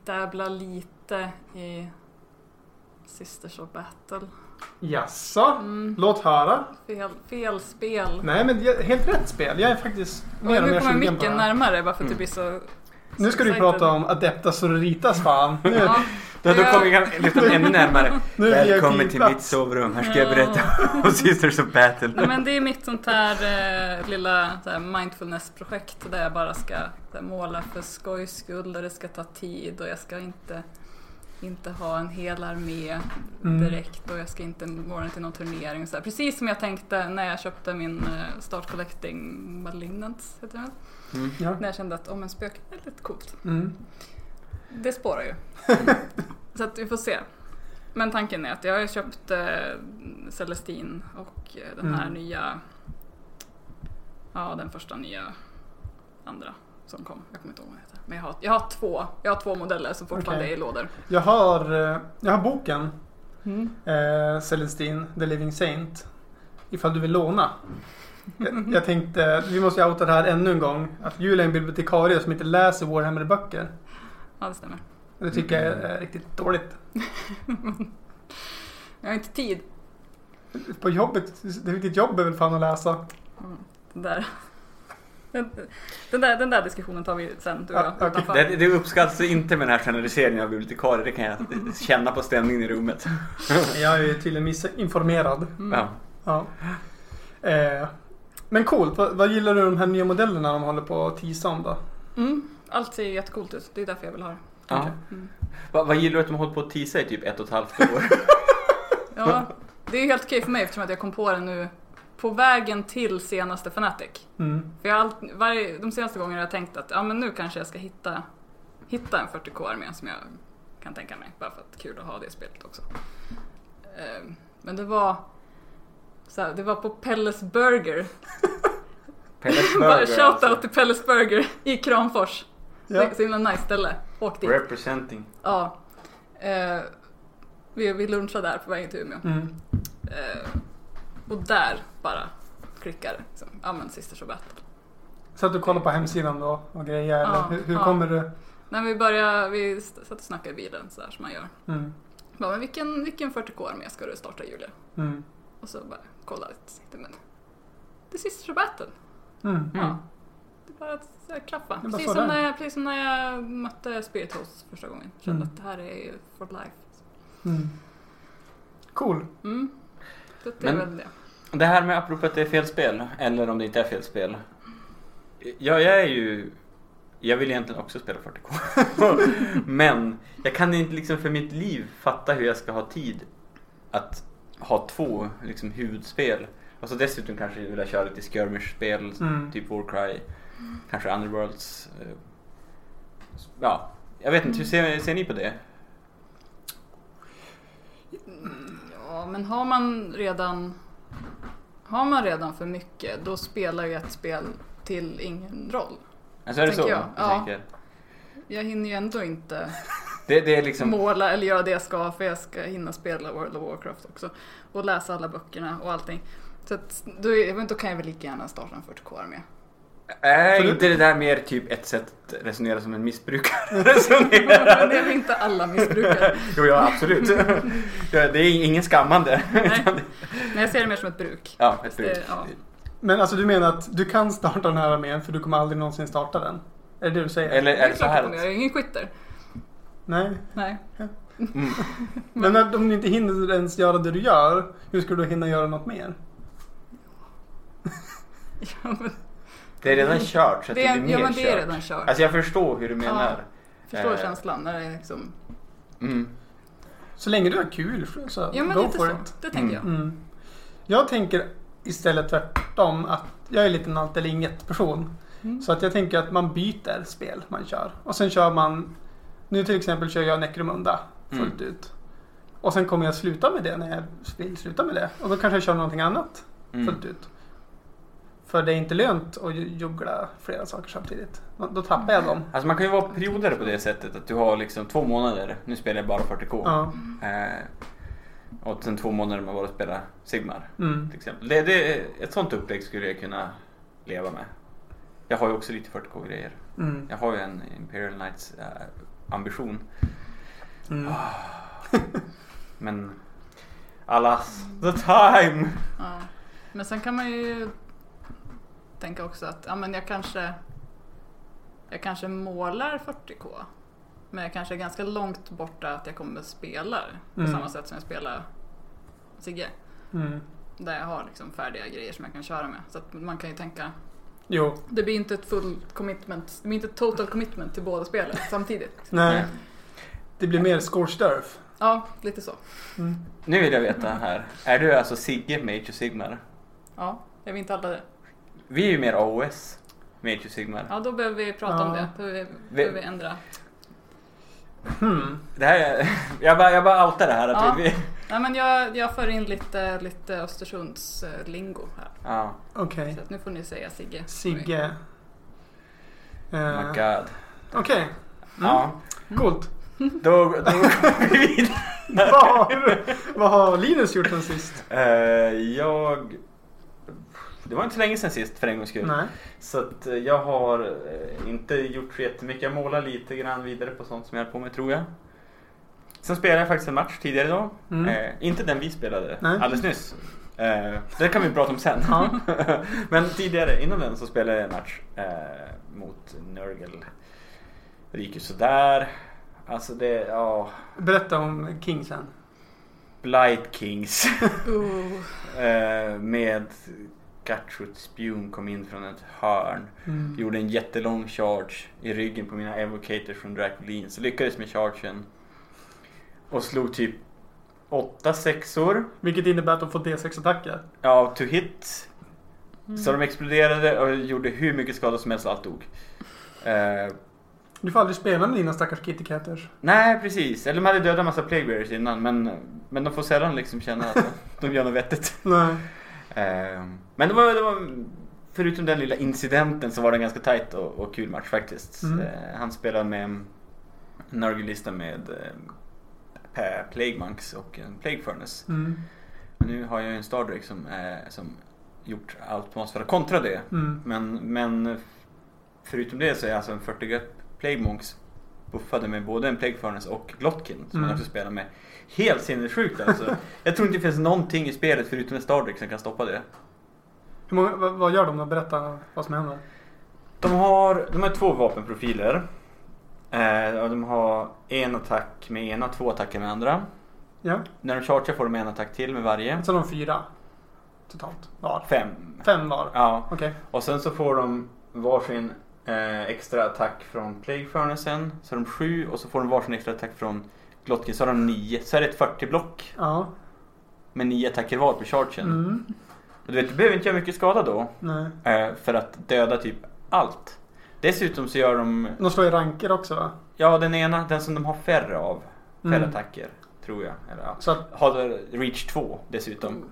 Speaker 2: dabbla lite i Sisters of Battle.
Speaker 3: Jaså?
Speaker 2: Mm,
Speaker 3: Låt höra.
Speaker 2: fel, fel spel.
Speaker 3: Nej men det är helt rätt spel. Jag är faktiskt
Speaker 2: Och nu
Speaker 3: mer och mer
Speaker 2: kommer
Speaker 3: sugen på det
Speaker 2: micken
Speaker 3: här.
Speaker 2: närmare bara för att det
Speaker 4: Mm.
Speaker 2: blir så...
Speaker 3: Nu ska du ju
Speaker 2: excited.
Speaker 3: prata om Adepta Sororitas Alltså, fan. Nu,
Speaker 2: Ja,
Speaker 4: Då, då kommer vi lyfta den ännu närmare.
Speaker 3: nu är
Speaker 4: Välkommen
Speaker 3: VIP
Speaker 4: till
Speaker 3: plats.
Speaker 4: mitt sovrum. Här ska jag berätta om Sisters of Battle.
Speaker 2: Nej, men det är mitt sånt här eh, lilla så här mindfulness-projekt där jag bara ska så här, måla för skojs skull och det ska ta tid och jag ska inte, inte ha en hel armé
Speaker 3: Mm.
Speaker 2: direkt och jag ska inte måla till någon turnering. Och så här. Precis som jag tänkte när jag köpte min eh, Start Collecting Malignants, heter den.
Speaker 4: Mm.
Speaker 3: Ja.
Speaker 2: När jag kände att om en spök är lite coolt.
Speaker 3: Mm.
Speaker 2: Det spårar ju. så att vi får se. Men tanken är att jag har ju köpt eh, Celestine och eh, den här
Speaker 3: Mm.
Speaker 2: nya, ja den första nya, andra som kom. Jag kommer inte ihåg vad den heter. Men jag har, jag har två, jag har två modeller som fortfarande
Speaker 3: Okej.
Speaker 2: är i lådor.
Speaker 3: Jag, har, eh, jag har boken eh, Celestine, The Living Saint. Ifall du vill låna. Jag, jag tänkte, vi måste ju outa det här ännu en gång. Att Julia är en bibliotekarie som inte läser Warhammer-böcker.
Speaker 2: Ja det stämmer.
Speaker 3: Det tycker jag är riktigt dåligt.
Speaker 2: Jag har inte tid.
Speaker 3: På jobbet, det är ditt jobb är väl fan att läsa?
Speaker 2: Mm. Den, där. Den, den, där, den där diskussionen tar vi sen du och
Speaker 3: Ja,
Speaker 2: jag
Speaker 3: Ah, okej.
Speaker 2: utanför.
Speaker 4: Det, det uppskattas inte med den här generaliseringen av bibliotekarier. Det kan jag känna på stämningen i rummet.
Speaker 3: Mm. Jag är ju tydligen missinformerad.
Speaker 4: Ja.
Speaker 3: Ja. Eh, men coolt, vad, vad gillar du de här nya modellerna de håller på att teasa om då?
Speaker 2: Mm. Allt ser ju jättecoolt ut, det är därför jag vill ha det.
Speaker 4: Ja.
Speaker 3: Okej.
Speaker 2: Mm.
Speaker 4: Va, vad gillar du att de har hållit på att teasa i typ ett och ett halvt år?
Speaker 2: Ja, det är ju helt okej för mig eftersom att jag kom på den nu på vägen till senaste Fanatic.
Speaker 3: Mm.
Speaker 2: För jag har allt, varje, de senaste gångerna har jag tänkt att ja, men nu kanske jag ska hitta, hitta en 40k-armé som jag kan tänka mig. Bara för att det är kul att ha det i spelet också. Eh, Men det var, så här, det var på Pelles Burger.
Speaker 4: Pellets
Speaker 2: Bara
Speaker 4: Burger, alltså.
Speaker 2: shoutout till Pelles Burger i Kramfors.
Speaker 3: Ja.
Speaker 2: Så- Så himla nice ställe. Åk dit.
Speaker 4: Representing.
Speaker 2: Ja. Eh, vi, vi lunchade där på vägen till Umeå.
Speaker 3: Mm.
Speaker 2: Eh, och där bara klickar liksom. Ja men Sisters of Battle.
Speaker 3: Så att du kollar på hemsidan då och grejer?
Speaker 2: Ja,
Speaker 3: eller hur hur
Speaker 2: ja.
Speaker 3: kommer du?
Speaker 2: När vi började, vi st- satt och snackade i bilen sådär som man gör.
Speaker 3: Mm.
Speaker 2: Bara, men vilken, vilken 40k-armé ska du starta Julia?
Speaker 3: Mm.
Speaker 2: Och så bara kolla lite. tänkte, Men, det är Sisters of Battle.
Speaker 3: Mm.
Speaker 2: Ja. Det är bara att så här klappa.
Speaker 3: bara
Speaker 2: Precis
Speaker 3: så
Speaker 2: som,
Speaker 3: där.
Speaker 2: när jag, precis som när jag mötte Spirit Host första gången. Kände
Speaker 3: Mm.
Speaker 2: att det här är ju for life.
Speaker 3: Mm. Cool.
Speaker 2: Mm. Så det är
Speaker 4: Men-
Speaker 2: väl det.
Speaker 4: Det här med apropå att det är fel spel, eller om det inte är fel spel. Ja, jag är ju... Jag vill egentligen också spela 40K. Men jag kan inte liksom för mitt liv fatta hur jag ska ha tid att ha två liksom, huvudspel. Och så dessutom kanske jag vill köra lite skirmish-spel,
Speaker 3: Mm.
Speaker 4: typ Warcry, kanske Underworlds. eh, Ja, jag vet inte, hur ser, ser ni på det?
Speaker 2: Ja, men har man redan har man redan för mycket då spelar ju ett spel till ingen roll.
Speaker 4: Alltså är det
Speaker 2: Tänker
Speaker 4: så?
Speaker 2: jag,
Speaker 4: ni
Speaker 2: ja.
Speaker 4: tänker?
Speaker 2: Jag hinner ju ändå inte
Speaker 4: Det, det är liksom...
Speaker 2: måla eller göra det jag ska för jag ska hinna spela World of Warcraft också. Och läsa alla böckerna och allting. Så att, då, är, men då kan jag väl lika gärna starta en 40k med.
Speaker 4: Är
Speaker 3: För-
Speaker 4: inte det där mer typ ett sätt att resonera som en missbrukare resonerar?
Speaker 2: Det är väl inte alla missbrukare.
Speaker 4: jo, ja absolut. Ja, det är ingen skammande.
Speaker 2: Nej. Men jag ser det mer som ett bruk.
Speaker 4: Ja, ett
Speaker 2: Det-
Speaker 4: bruk.
Speaker 2: ja.
Speaker 3: Men alltså du menar att du kan starta den här armén för du kommer aldrig någonsin starta den? Är det det du säger?
Speaker 4: Eller
Speaker 2: Det
Speaker 4: är
Speaker 2: är
Speaker 4: det så
Speaker 2: klart
Speaker 4: här
Speaker 2: att jag
Speaker 4: att...
Speaker 2: är ingen quitter.
Speaker 3: Nej.
Speaker 2: Nej.
Speaker 4: Mm.
Speaker 3: Men när, om du inte hinner ens göra det du gör, hur ska du då hinna göra något mer?
Speaker 2: Ja, men
Speaker 4: Det är redan kört så
Speaker 2: det,
Speaker 4: att det,
Speaker 2: är,
Speaker 4: blir mer
Speaker 2: ja, men det är
Speaker 4: kört.
Speaker 2: redan kört.
Speaker 4: Alltså jag förstår hur du menar.
Speaker 2: Förstår
Speaker 4: eh,
Speaker 2: känslan när det är liksom...
Speaker 4: Mm.
Speaker 3: Så länge du har kul så
Speaker 2: Ja men
Speaker 3: go
Speaker 2: lite
Speaker 3: for
Speaker 2: så.
Speaker 3: it.
Speaker 2: Det tänker jag.
Speaker 3: Mm. Jag tänker istället tvärtom att jag är lite en allt eller inget person.
Speaker 2: Mm.
Speaker 3: Så att jag tänker att man byter spel man kör. Och sen kör man, nu till exempel kör jag Necromunda fullt ut. Och sen kommer jag sluta med det när jag vill sluta med det. Och då kanske jag kör någonting annat
Speaker 4: Mm.
Speaker 3: fullt ut. För det är inte lönt att ju- juggla flera saker samtidigt. Då- Då tappar jag dem.
Speaker 4: Alltså man kan ju vara perioder på det sättet att du har liksom två månader, nu spelar jag bara 40k.
Speaker 3: Ja.
Speaker 4: Eh, och sen två månader med bara att spela Sigmar.
Speaker 3: Mm.
Speaker 4: till exempel. Det, det, ett sånt upplägg skulle jag kunna leva med. Jag har ju också lite 40k-grejer.
Speaker 3: Mm.
Speaker 4: Jag har ju en Imperial Knights eh, ambition.
Speaker 3: Mm.
Speaker 4: Men alas, the time!
Speaker 2: Ja. Men sen kan man ju tänka också att ja, men jag kanske jag kanske målar 40k. Men jag kanske är ganska långt borta att jag kommer spela på
Speaker 3: Mm.
Speaker 2: samma sätt som jag spelar Sigge.
Speaker 3: Mm.
Speaker 2: Där jag har liksom färdiga grejer som jag kan köra med. Så att man kan ju tänka,
Speaker 3: Jo,
Speaker 2: det blir inte ett full commitment, det blir inte ett total commitment till båda spelen samtidigt.
Speaker 3: nej.
Speaker 4: Nej.
Speaker 3: Det blir mer scorchdurf.
Speaker 2: Ja, lite så.
Speaker 3: Mm.
Speaker 4: Nu vill jag veta här, är du alltså Sigge Major Sigmar?
Speaker 2: Ja, jag vill inte alla det.
Speaker 4: Vi är ju mer AOS, Major Sigmar.
Speaker 2: Ja, då behöver vi prata om
Speaker 3: Ja.
Speaker 2: det. Då behöver vi, behöver vi ändra.
Speaker 3: Hmm.
Speaker 4: Det här är, jag bara, jag bara outar det här. Att
Speaker 2: Ja.
Speaker 4: vi, vi,
Speaker 2: Nej, men jag, jag för in lite, lite Östersunds eh, lingo här.
Speaker 4: ja,
Speaker 3: Okej.
Speaker 2: Så att nu får ni säga Sigge.
Speaker 3: Sigge.
Speaker 4: Oh my
Speaker 3: Eh,
Speaker 4: god.
Speaker 3: Okej,
Speaker 4: Ja,
Speaker 3: coolt.
Speaker 4: då, då går vi vidare.
Speaker 3: vad, har, vad har Linus gjort sen sist?
Speaker 4: Eh, jag... Det var inte så länge sedan sist för en gångs skull.
Speaker 3: Nej.
Speaker 4: Så att eh, jag har eh, inte gjort så jättemycket. Jag målar lite grann vidare på sånt som jag höll på med tror jag. Sen spelade jag faktiskt en match tidigare idag.
Speaker 3: Mm.
Speaker 4: Eh, inte den vi spelade
Speaker 3: Nej.
Speaker 4: alldeles nyss. Eh, den kan vi prata om sen.
Speaker 3: Ja.
Speaker 4: Men tidigare, innan den, så spelade jag en match eh, mot Nurgle. Det gick ju sådär. Alltså det, ja.
Speaker 3: Berätta om King sen.
Speaker 4: Blight Kings.
Speaker 2: Oh.
Speaker 4: Eh, med Gatchut Spjun kom in från ett hörn.
Speaker 3: Mm.
Speaker 4: Gjorde en jättelång charge i ryggen på mina evocators från Draculins. Lyckades med chargen. Och slog typ åtta sexor.
Speaker 3: Vilket innebär att de får D6-attacker.
Speaker 4: Ja, to hit. Så de exploderade och gjorde hur mycket skada som helst och allt dog. Eh,
Speaker 3: Du får aldrig spela med dina stackars kitty Catters.
Speaker 4: nej, precis. Eller de hade dödat en massa plague bearers innan. Men, men de får sällan liksom känna att de gör något vettigt.
Speaker 3: Nej.
Speaker 4: Ehm, Men det var, det var, förutom den lilla incidenten så var det en ganska tajt och, och kul match faktiskt.
Speaker 3: Mm.
Speaker 4: Eh, han spelade med Nörgelista med eh, Per Plague Monks och en Plague Furnace.
Speaker 3: Mm.
Speaker 4: Men nu har jag ju en Stardrake som, eh, som gjort allt på oss för att kontra det.
Speaker 3: Mm.
Speaker 4: Men, men förutom det så är alltså en 40 Plague Monks buffade med både en Plague Furnace och Glotkin som han
Speaker 3: Mm.
Speaker 4: också spelar med. Helt sinnessjukt alltså. jag tror inte det finns någonting i spelet förutom en Stardrake som kan stoppa det.
Speaker 3: Hur många, vad, vad gör de då? Berätta vad som händer.
Speaker 4: De har, de har två vapenprofiler. Eh, och de har en attack med ena, två attacker med andra.
Speaker 3: Ja.
Speaker 4: När de chargear får de en attack till med varje.
Speaker 3: Så de har fyra totalt var.
Speaker 4: Fem.
Speaker 3: Fem var.
Speaker 4: Ja,
Speaker 3: Okej.
Speaker 4: Och sen så får de varsin eh, extra attack från Plague Furnacen. Så har de sju och så får de varsin extra attack från Glotkin. Så har de nio. Så är det ett 40-block
Speaker 3: Ja.
Speaker 4: med nio attacker var på chargen.
Speaker 3: Mm.
Speaker 4: Och du vet, du behöver inte göra mycket skada då.
Speaker 3: Nej.
Speaker 4: Eh, för att döda typ allt. Dessutom så gör de,
Speaker 3: De slår i ranker också va?
Speaker 4: ja den ena, den som de har färre av.
Speaker 3: Mm.
Speaker 4: Färre attacker, tror jag. Eller, ja.
Speaker 3: Så, att,
Speaker 4: Har de Reach 2
Speaker 3: Mm.
Speaker 4: dessutom.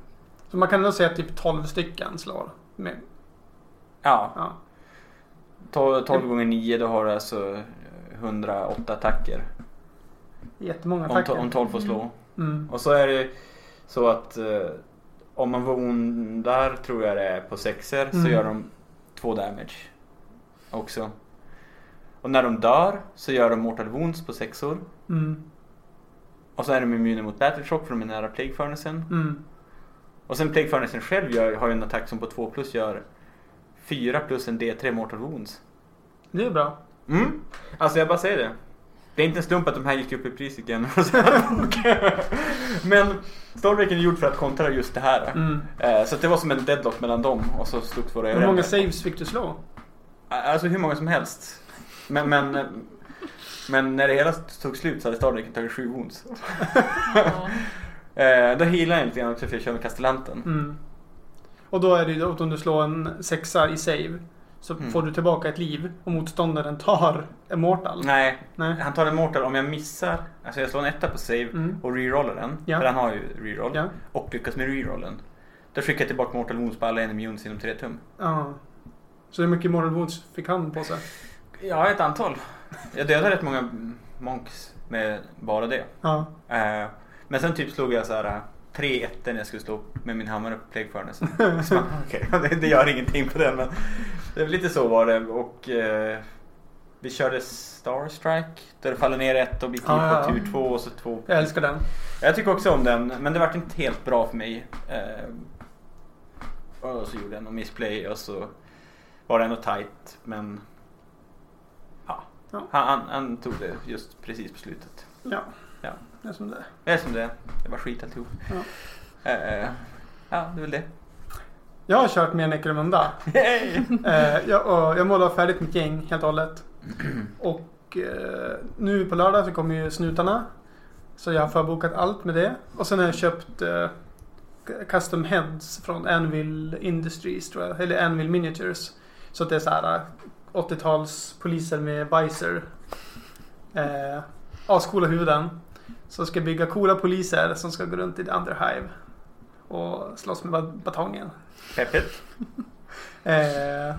Speaker 3: så man kan nog säga att typ 12 stycken slår. Med,
Speaker 4: Ja,
Speaker 3: ja.
Speaker 4: 12 gånger 9 då har du alltså 108 attacker.
Speaker 3: Jättemånga
Speaker 4: Om, to-
Speaker 3: attacker.
Speaker 4: om 12 får slå.
Speaker 3: Mm.
Speaker 4: Och så är det så att eh, om man vondar tror jag det är på sexer så
Speaker 3: Mm.
Speaker 4: gör de två damage också. Och när de dör så gör de mortal wounds på sexor.
Speaker 3: Mm.
Speaker 4: Och så är de immuna mot battle shock för de är nära plague furnacen.
Speaker 3: Mm.
Speaker 4: Och sen plague furnacen själv gör, har ju en attack som på 2 plus gör 4 plus en D3 mortal wounds.
Speaker 3: Det är bra.
Speaker 4: Mm. Alltså jag bara säger det. Det är inte en slump att de här gick upp i pris igen. Men Stormbreaker är gjord för att kontra just det här.
Speaker 3: Mm.
Speaker 4: Eh, Så att det var som en deadlock mellan dem och så slogs våra
Speaker 3: Hur många saves fick du slå?
Speaker 4: Alltså hur många som helst. Men, men, eh, men när det hela tog slut så hade Stardraken tagit sju wounds.
Speaker 2: Ja.
Speaker 4: Eh, Då healade jag lite grann också för jag kör med kastellanten.
Speaker 3: Mm. Och då är det ju då att om du slår en sexa i save så
Speaker 4: Mm.
Speaker 3: får du tillbaka ett liv och motståndaren tar Immortal.
Speaker 4: Nej,
Speaker 3: Nej.
Speaker 4: han tar en mortal om jag missar. Alltså jag slår en etta på save
Speaker 3: Mm.
Speaker 4: och rerollar den.
Speaker 3: Ja.
Speaker 4: För han har ju reroll.
Speaker 3: Ja.
Speaker 4: Och lyckas med rerollen. Då skickar jag tillbaka mortal wounds på alla enemy units inom tre tum.
Speaker 3: ja. Så hur mycket Immortal Wounds fick han på sig?
Speaker 4: Ja, ett antal. Jag dödade rätt många monks med bara det.
Speaker 3: Ja.
Speaker 4: Eh, men sen typ slog jag så här eh, tre ettor när jag skulle slå med min hammare på Plague Furnace. Så man, Okej, det, det gör ingenting på den men det är väl lite så var det och eh, vi körde Starstrike där det faller ner ett och blir kliv
Speaker 3: Ja, ja,
Speaker 4: på
Speaker 3: Ah, ja.
Speaker 4: tur två och så två.
Speaker 3: Jag älskar den.
Speaker 4: Jag tycker också om den men det vart inte helt bra för mig. Eh, och så gjorde jag någon missplay och så var det ändå tight men ja,
Speaker 3: Ja.
Speaker 4: Han, han, han tog det just precis på slutet.
Speaker 3: Ja.
Speaker 4: Ja.
Speaker 3: Det är som det är.
Speaker 4: Det är som det är. Det var skit alltihop.
Speaker 3: Ja.
Speaker 4: Eh, ja, det är väl det.
Speaker 3: Jag har kört med Necromunda. eh, jag, och jag målar färdigt mitt gäng helt och hållet. Och eh, nu på lördag så kommer ju snutarna. Så jag har förbokat allt med det. Och sen har jag köpt eh, custom heads från Anvil Industries tror jag. Eller Anvil Miniatures. Så att det är så här eh, 80-tals poliser med visor. Eh, ascoola huvuden. Så ska jag bygga coola poliser som ska gå runt i The Underhive. Och slåss med bat- batongen.
Speaker 4: Peppigt.
Speaker 3: Eh,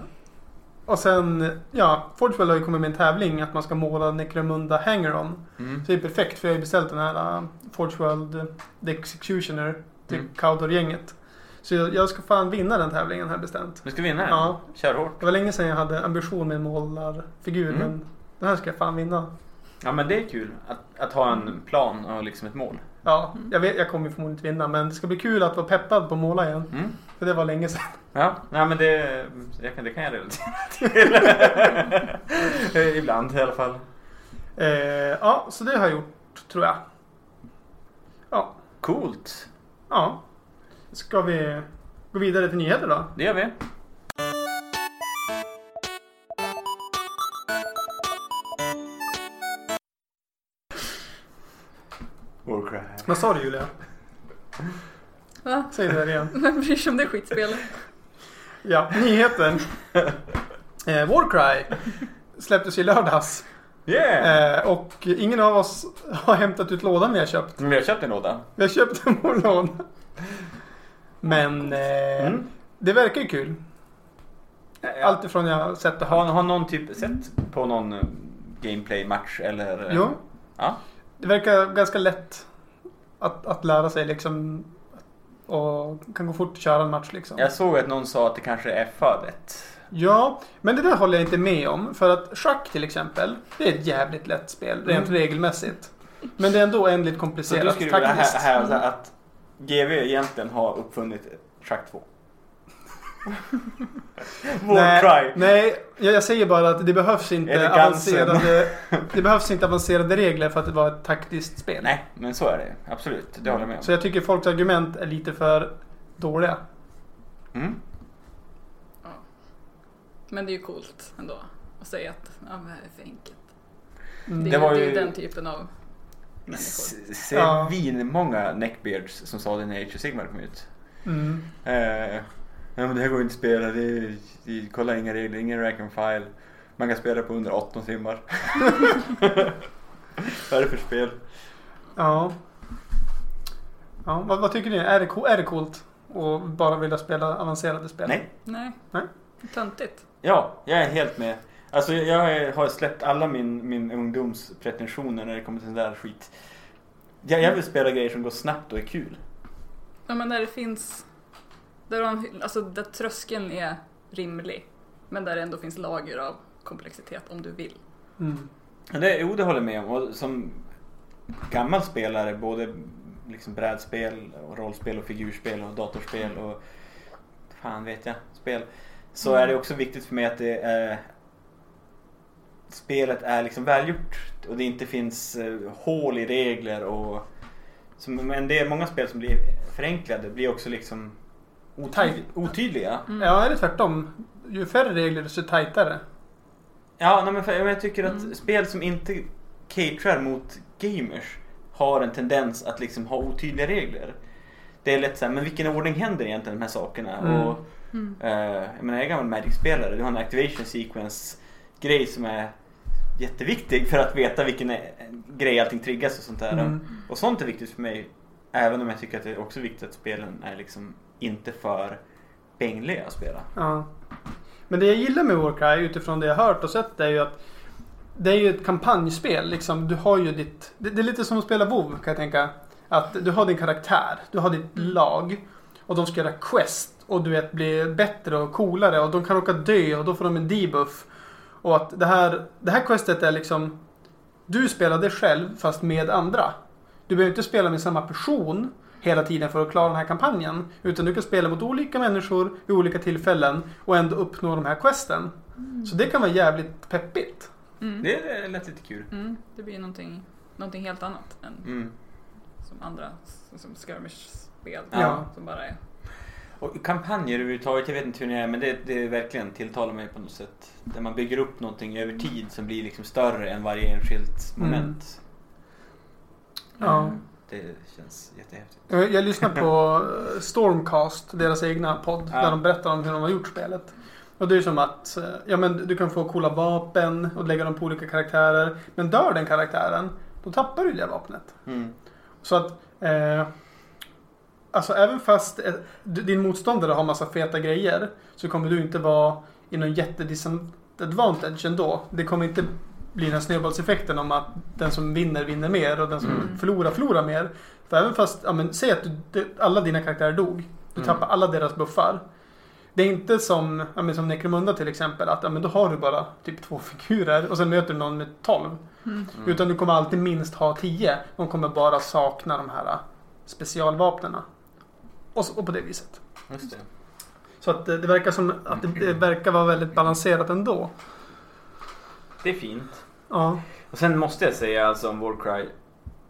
Speaker 3: och sen, ja, Forgewell har ju kommit med en tävling att man ska måla Necromunda Hanger-On.
Speaker 4: Mm.
Speaker 3: Så det är perfekt för jag har ju beställt den här uh, Forgeworld eh, The Executioner till
Speaker 4: Mm.
Speaker 3: Kaudor-gänget. Så jag, jag ska fan vinna den tävlingen här bestämt.
Speaker 4: Nu ska vi vinna den.
Speaker 3: Ja,
Speaker 4: Kör hårt.
Speaker 3: det var länge sedan jag hade ambition med en målarfigur
Speaker 4: Mm.
Speaker 3: men den här ska jag fan vinna.
Speaker 4: Ja men det är kul att, att ha en plan och liksom ett mål.
Speaker 3: Ja, jag, vet, jag kommer ju förmodligen inte vinna men det ska bli kul att vara peppad på att måla igen.
Speaker 4: Mm.
Speaker 3: För det var länge sedan.
Speaker 4: Ja, nej, men det, jag kan, det kan jag relatera till. Eh, Ibland i alla fall.
Speaker 3: Eh, ja, så det har jag gjort tror jag. Ja.
Speaker 4: Coolt.
Speaker 3: Ja. Ska vi gå vidare till nyheter då?
Speaker 4: Det gör vi. Warcraft.
Speaker 3: Vad sa du Julia?
Speaker 2: Va?
Speaker 3: Säg det där igen.
Speaker 2: Vem bryr sig om det skitspelet?
Speaker 3: Ja, nyheten. Eh, Warcry släpptes i lördags.
Speaker 4: Yeah!
Speaker 3: Eh, och ingen av oss har hämtat ut lådan vi har köpt.
Speaker 4: Men vi har köpt en låda.
Speaker 3: Vi har köpt en vår låda. Men eh,
Speaker 4: Mm.
Speaker 3: det verkar ju kul. Allt ifrån jag har sett och
Speaker 4: Eh, Har,
Speaker 3: hört.
Speaker 4: har någon typ sett på någon eh, gameplay-match eller? eh,
Speaker 3: Jo.
Speaker 4: Ja.
Speaker 3: Det verkar ganska lätt att, att lära sig liksom. Och kan gå fort och köra en match liksom.
Speaker 4: Jag såg att någon sa att det kanske är födet.
Speaker 3: Ja, men det där håller jag inte med om. För att schack till exempel, det är ett jävligt lätt spel rent regelmäsigt. Men det är ändå ändligt
Speaker 4: Mm. Så du
Speaker 3: komplicerat
Speaker 4: skulle vilja
Speaker 3: taktiskt.
Speaker 4: hä- hävda att GV egentligen har uppfunnit schack 2? War
Speaker 3: nej,
Speaker 4: cry.
Speaker 3: nej, jag jag säger bara att det behövs inte
Speaker 4: Elegansen.
Speaker 3: avancerade, det behövs inte avancerade regler för att det var ett taktiskt spel.
Speaker 4: Nej, men så är det. Absolut, det håller jag med
Speaker 3: Så
Speaker 4: om.
Speaker 3: jag tycker folks argument är lite för dåliga.
Speaker 4: Mm.
Speaker 2: Men det är ju coolt ändå att säga att ja, men det här är för enkelt.
Speaker 3: Mm.
Speaker 2: Det,
Speaker 4: Det
Speaker 2: är
Speaker 4: var
Speaker 2: ju... det är
Speaker 4: ju-
Speaker 2: ju den typen av människor.
Speaker 4: S-
Speaker 3: Ja.
Speaker 4: Svinmånga neckbeards som sa det när Age of Sigmar kom ut.
Speaker 3: Mm.
Speaker 4: Eh, nej men det här går inte att spela, det är, det är, kolla inga regler, ingen rank and file. Man kan spela på under 18 timmar. Vad är det för spel?
Speaker 3: Ja. ja vad, vad tycker ni? Är det, co- är det coolt att bara vilja spela avancerade spel?
Speaker 4: Nej.
Speaker 2: Nej.
Speaker 3: Nej.
Speaker 2: Töntigt.
Speaker 4: Ja, jag är helt med. Alltså jag har- har släppt alla min, min ungdomspretensioner när det kommer till sån där skit. Jag, jag vill spela grejer som går snabbt och är kul.
Speaker 2: Ja, men där det finns... Där, de, alltså, där tröskeln är rimlig. Men där det ändå finns lager av komplexitet om du vill.
Speaker 3: Mm.
Speaker 4: Ja, Det, jo, det håller jag med om. Och som gammal spelare, både liksom brädspel, och rollspel och figurspel och datorspel och fan vet jag, spel. Så är det också viktigt för mig att det är, spelet är liksom välgjort och det inte finns eh, hål i regler. Och, som- men det är många spel som blir förenklade, blir också liksom otyd, otydliga.
Speaker 3: Ja, är det tvärtom? Ju färre regler desto tajtare.
Speaker 4: Ja, nej, men för, men jag tycker att
Speaker 2: Mm.
Speaker 4: spel som inte caterar mot gamers har en tendens att liksom ha otydliga regler. Det är lätt såhär, men vilken ordning händer egentligen de här sakerna?
Speaker 3: Mm.
Speaker 4: Och, eh, jag menar, jag är gammal Magic-spelare. Du har en activation sequence-grej som är jätteviktig för att veta vilken eh, grej allting triggas och sånt där.
Speaker 3: Mm.
Speaker 4: Och sånt är viktigt för mig. Även om jag tycker att det är också viktigt att spelen är liksom inte för bängliga att spela.
Speaker 3: Ja. Men det jag gillar med Warcry utifrån det jag hört och sett är ju att det är ju ett kampanjspel. Liksom. Du har ju ditt, det, det är lite som att spela WoW kan jag tänka. Att du har din karaktär, du har ditt lag och de ska göra quest och du vet bli bättre och coolare och de kan råka dö och då får de en debuff. Och att det här, det här questet är liksom du spelar det själv fast med andra. Du behöver inte spela med samma person hela tiden för att klara den här kampanjen. Utan du kan spela mot olika människor vid olika tillfällen och ändå uppnå de här questen. Så det kan vara jävligt peppigt.
Speaker 2: Mm.
Speaker 4: Det är- lät lite kul.
Speaker 2: Mm. Det blir ju någonting, någonting helt annat än
Speaker 4: Mm.
Speaker 2: som andra som skirmish-spel.
Speaker 3: Ja.
Speaker 2: Som bara är...
Speaker 4: Och kampanjer överhuvudtaget, jag vet inte hur ni är, men det, det är verkligen tilltalar mig på något sätt. Där man bygger upp någonting över tid som blir liksom större än varje enskilt
Speaker 3: Mm.
Speaker 4: moment.
Speaker 3: Ja.
Speaker 4: Det känns jättehäftigt.
Speaker 3: Jag jag lyssnade på eh, Stormcast, deras egna podd,
Speaker 4: Ja.
Speaker 3: där de berättar om hur de har gjort spelet. Och det är ju som att eh, ja, men du kan få coola vapen och lägga dem på olika karaktärer. Men dör den karaktären, då tappar du det vapnet.
Speaker 4: Mm.
Speaker 3: Så att... Eh, alltså även fast eh, d- din motståndare har massa feta grejer så kommer du inte vara i någon jättedisadvantage ändå. Det kommer inte bli den här snöbollseffekten om att den som vinner vinner mer och den som
Speaker 4: Mm.
Speaker 3: förlorar förlorar mer. För även fast, ja, men, säg att du, du, alla dina karaktärer dog. Du
Speaker 4: Mm.
Speaker 3: tappar alla deras buffar. Det är inte som, ja, men, som Necromunda till exempel att ja, men, då har du bara typ två figurer och sen möter du någon med tolv.
Speaker 4: Mm.
Speaker 3: Utan du kommer alltid minst ha 10. De kommer bara sakna de här äh, specialvapnena. Och, så, och på det viset.
Speaker 4: Just det.
Speaker 3: Så att det, det verkar som att det, det verkar vara väldigt balanserat ändå.
Speaker 4: det är fint.
Speaker 3: Ja.
Speaker 4: Och sen måste jag säga alltså om Warcry.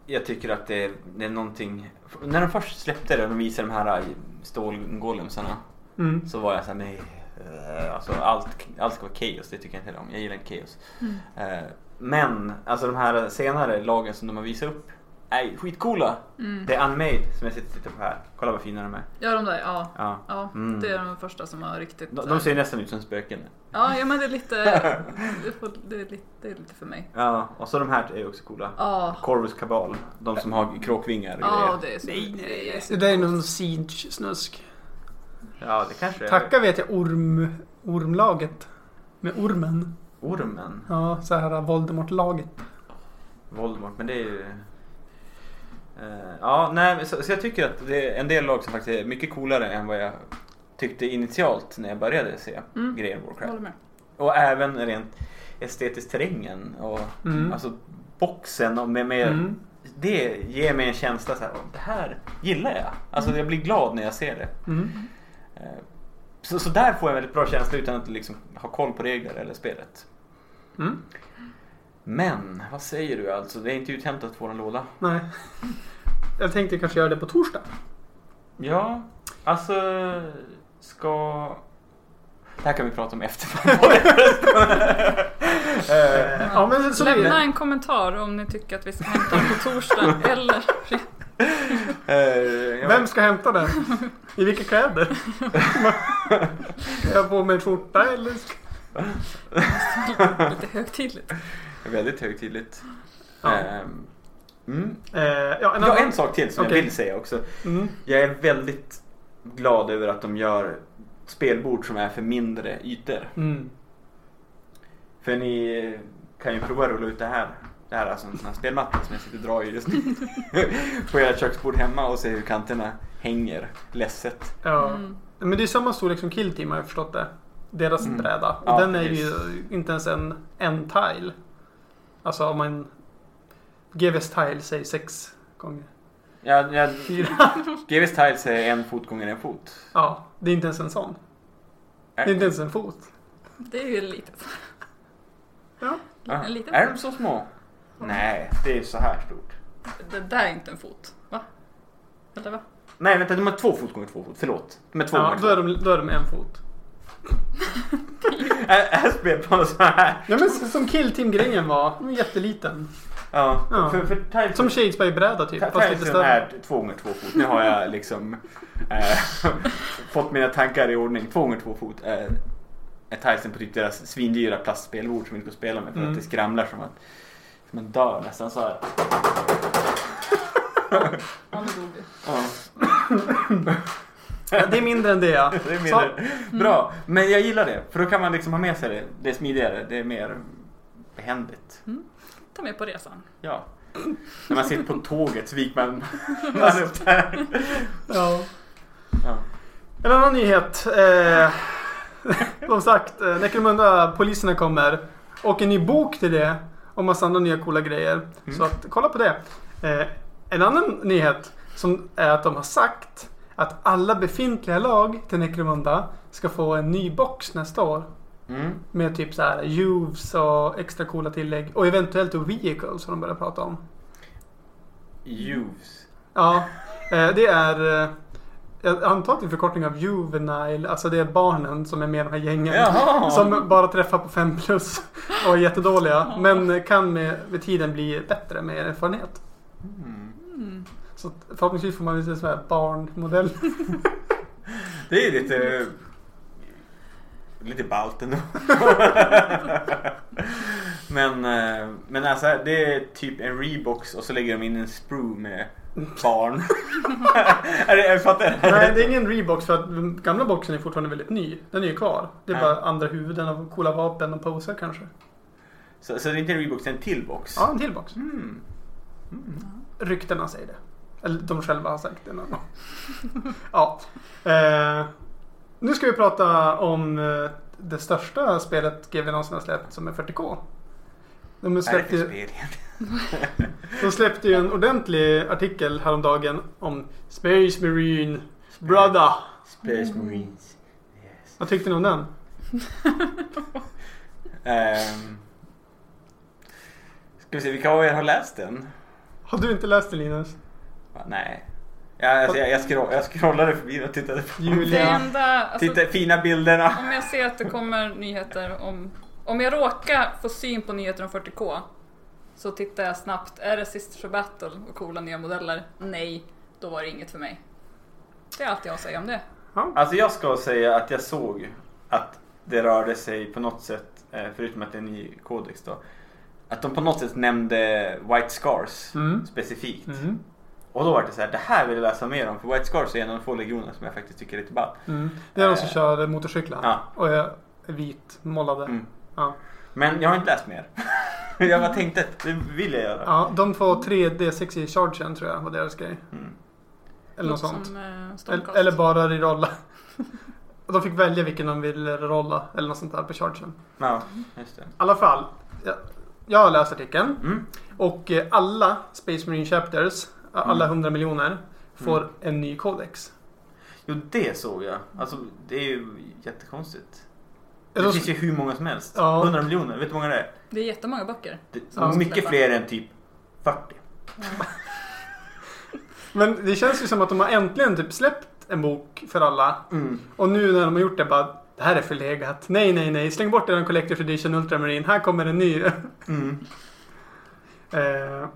Speaker 4: Jag tycker att det är, det är någonting. När de först släppte det och de visade de här äh, stålgolemsarna.
Speaker 3: Mm.
Speaker 4: Så var jag såhär, nej. eh, Alltså, allt, allt ska vara kaos, det tycker jag inte om. Jag gillar inte kaos. Eh, Men alltså de här senare lagen som de har visat upp är skitcoola. Det är Unmade som jag sitter och tittar på här. Kolla vad fina de är.
Speaker 2: Ja, de där, ja.
Speaker 4: Ja.
Speaker 2: Ja,
Speaker 4: Mm.
Speaker 2: det är de första som har riktigt... eh,
Speaker 4: De, de ser nästan ut som spöken.
Speaker 2: Ja, ja men det är lite... det, får, det, är lite det är lite för mig.
Speaker 4: Ja, och så de här är också coola.
Speaker 2: Ja,
Speaker 4: Corvus Cabal, de som har kråkvingar och
Speaker 2: Ah. ja
Speaker 4: grejer.
Speaker 2: det är så...
Speaker 3: Nej,
Speaker 2: det är så-
Speaker 3: Det där är någon siege-snusk.
Speaker 4: Ja, det kanske är
Speaker 3: Tacka vet jag orm, ormlaget. Med ormen.
Speaker 4: ormen.
Speaker 3: Ja, så här äh, Voldemort-laget.
Speaker 4: Voldemort, men det är ju... Eh, ja, nej, men så, så jag tycker att det är en del lag som faktiskt är mycket coolare än vad jag tyckte initialt när jag började se
Speaker 2: Mm.
Speaker 4: grejer i
Speaker 2: Jag
Speaker 4: Warcraft.
Speaker 2: håller med.
Speaker 4: Och även rent estetiskt terrängen och
Speaker 3: Mm.
Speaker 4: alltså boxen och med, med
Speaker 3: Mm.
Speaker 4: det ger mig en känsla så här, "Åh, det här gillar jag. Alltså jag blir glad när jag ser det.
Speaker 3: Mm.
Speaker 4: Eh, Så, så där får jag väldigt bra känsla utan att liksom ha koll på regler eller spelet.
Speaker 3: Mm.
Speaker 4: Men, vad säger du alltså? Det är inte uthämtat på vår låda.
Speaker 3: Nej. Jag tänkte kanske göra det på torsdag.
Speaker 4: Ja, alltså ska... Det här kan vi prata om efter Eh,
Speaker 3: Eh, Ja, men så blir
Speaker 2: Lämna
Speaker 3: det.
Speaker 2: en kommentar om ni tycker att vi ska hämta den på torsdag eller
Speaker 4: eh, jag-
Speaker 3: Vem ska hämta den? I vilka kläder? Ska jag på mig en skjorta eller?
Speaker 2: lite högtidligt.
Speaker 4: Väldigt högtidligt.
Speaker 3: Ja.
Speaker 4: Ehm, mm.
Speaker 3: Eh, ja, en
Speaker 4: Ja,
Speaker 3: annan.
Speaker 4: en sak till som
Speaker 3: Okej.
Speaker 4: jag vill säga också.
Speaker 3: Mm.
Speaker 4: Jag är väldigt glad över att de gör spelbord som är för mindre ytor.
Speaker 3: Mm.
Speaker 4: För ni kan ju prova att rulla ut det här. Det här är alltså en sån här spelmatta som jag sitter och drar i just nu. På era köksbord hemma och se hur kanterna hänger ledset.
Speaker 3: Ja.
Speaker 2: Mm.
Speaker 3: Men det är samma storlek som Kill Team har jag förstått det. Deras
Speaker 4: Mm.
Speaker 3: bräda. Och
Speaker 4: Ja,
Speaker 3: den är ju
Speaker 4: precis.
Speaker 3: inte ens en, en tile. Alltså om man... GVs tile säger sex gånger
Speaker 4: Ja, ja,
Speaker 3: fyra.
Speaker 4: GVs tiles är en fot gånger en fot.
Speaker 3: ja, det är inte ens en sån. Det är inte ens en fot.
Speaker 2: Det är ju litet.
Speaker 3: Ja.
Speaker 4: Ja.
Speaker 2: En liten
Speaker 4: Är de så små? Nej, det är så här stort.
Speaker 2: Det där är inte en fot, va? Eller va?
Speaker 4: Nej, vänta, de har två fot gånger två fot. Förlåt. De är två
Speaker 3: Ja,
Speaker 4: gånger
Speaker 3: då, är de, då är de en fot.
Speaker 4: Är, är spelplanen så här?
Speaker 3: Ja, men s- som Kill Team-grejen var. Den är jätteliten.
Speaker 4: Ja.
Speaker 3: Ja.
Speaker 4: För, för tiles,
Speaker 3: Som Shadespy-bräda typ. Fast lite
Speaker 4: tilesen
Speaker 3: större.
Speaker 4: är två gånger två fot. Nu har jag liksom eh, fått mina tankar i ordning. Två gånger två fot är, är tilesen på typ deras svindyra plastspelbord som vi inte får spela med för
Speaker 3: Mm.
Speaker 4: att det skramlar som att som en dör nästan så här.
Speaker 2: Ja, nu dog vi.
Speaker 4: Ja.
Speaker 3: Ja, det är mindre än det ja.
Speaker 4: Det är Mm.
Speaker 3: Så-
Speaker 4: mindre. Bra, men jag gillar det. För då kan man liksom ha med sig det. Det är smidigare, det är mer behändigt.
Speaker 2: Ta med på resan.
Speaker 4: Ja. När man sitter på tåget så viker man, man upp där.
Speaker 3: Ja.
Speaker 4: Ja.
Speaker 3: En annan nyhet. Eh, som sagt, eh, Necromunda, poliserna kommer. Och en ny bok till det. Och massa andra nya coola grejer. Så att, kolla på det. Eh, en annan nyhet som är att de har sagt att alla befintliga lag till Necromunda ska få en ny box nästa år.
Speaker 4: Mm.
Speaker 3: Med typ så här juves och extra coola tillägg. Och eventuellt då vehicles har de börjat prata om.
Speaker 4: Youths.
Speaker 3: Ja, eh, det är... eh, Jag antar att det är en förkortning av juvenile. Alltså det är barnen som är med i de här gängen.
Speaker 4: Jaha!
Speaker 3: Som bara träffar på 5 plus och är jättedåliga. Men kan med, med tiden bli bättre med erfarenhet.
Speaker 4: Mm.
Speaker 3: Så att förhoppningsvis får man lite sån här barnmodell.
Speaker 4: Det är lite... Lite balt ändå. men, eh, men alltså det är typ en rebox och så lägger de in en sprue med barn. är det, jag fattar.
Speaker 3: Nej, det är ingen rebox för att den gamla boxen är fortfarande väldigt ny. Den är ju kvar. Det är
Speaker 4: Ja.
Speaker 3: bara andra huvuden och coola vapen och poser kanske.
Speaker 4: Så, så det är inte en rebox, det är en till box?
Speaker 3: Ja, en till box.
Speaker 4: Mm.
Speaker 3: Ryktena säger det. Eller de själva har sagt det. någon gång. ja. Eh, nu ska vi prata om eh, det största spelet GW någonsin har släppt som är 40K. De
Speaker 4: Vad är det
Speaker 3: släppte,
Speaker 4: för
Speaker 3: ju-
Speaker 4: spel egentligen?
Speaker 3: de släppte ju en ordentlig artikel häromdagen om Space Marine Brother.
Speaker 4: Space Marines. Yes.
Speaker 3: Vad tyckte ni om den?
Speaker 4: Ehm. ska vi se, vilka av er har läst den?
Speaker 3: Har du inte läst den Linus?
Speaker 4: Va, Nej. Jag, alltså, jag, jag, scroll, jag scrollade förbi och tittade på
Speaker 2: Det
Speaker 3: Julia.
Speaker 2: enda... Alltså,
Speaker 4: Titta, fina bilderna.
Speaker 2: Om jag ser att det kommer nyheter om... Om jag råkar få syn på nyheter om 40K så tittar jag snabbt. Är det Sisters of Battle och coola nya modeller? Nej, då var det inget för mig. Det är allt jag har att säga om det.
Speaker 4: Alltså jag ska säga att jag såg att det rörde sig på något sätt, eh, förutom att det är en ny kodex då, att de på något sätt nämnde White Scars
Speaker 3: Mm.
Speaker 4: specifikt.
Speaker 3: Mm.
Speaker 4: Och då var det så här, det här vill jag läsa mer om för White Scars är en av de få legionerna som jag faktiskt tycker är lite ball.
Speaker 3: Mm. Det är de som
Speaker 4: Eh.
Speaker 3: kör motorcyklar.
Speaker 4: Ja.
Speaker 3: Och är vit målade.
Speaker 4: Mm.
Speaker 3: Ja.
Speaker 4: Men jag har inte läst mer. jag bara tänkte att det vill jag göra.
Speaker 3: ja, de får 3D6 i chargen tror jag var deras grej.
Speaker 4: Mm.
Speaker 3: Eller något sånt.
Speaker 2: Som, eh,
Speaker 3: Eller,
Speaker 2: Stormcast.
Speaker 3: eller bara rerolla. Och de fick välja vilken de ville rerolla eller något sånt där på chargen. I
Speaker 4: Ja, just det.
Speaker 3: alla fall. Jag, jag har läst artikeln.
Speaker 4: Mm.
Speaker 3: Och eh,
Speaker 4: Mm.
Speaker 3: alla Space Marine Chapters, alla 100 miljoner, får en ny kodex.
Speaker 4: Jo, det såg jag. Alltså, det är ju jättekonstigt. Det
Speaker 3: Eller så-
Speaker 4: finns ju hur många som helst.
Speaker 3: Ja.
Speaker 4: 100 miljoner, vet du hur många det är?
Speaker 2: Det är jättemånga böcker.
Speaker 4: Det,
Speaker 3: Ja.
Speaker 4: mycket fler än typ 40.
Speaker 3: Men det känns ju som att de har äntligen typ släppt en bok för alla.
Speaker 4: Mm.
Speaker 3: Och nu när de har gjort det bara det här är förlegat. Nej, nej, nej. Släng bort den Collector's Edition Ultramarine. Här kommer en ny.
Speaker 4: Mm.
Speaker 3: Eh,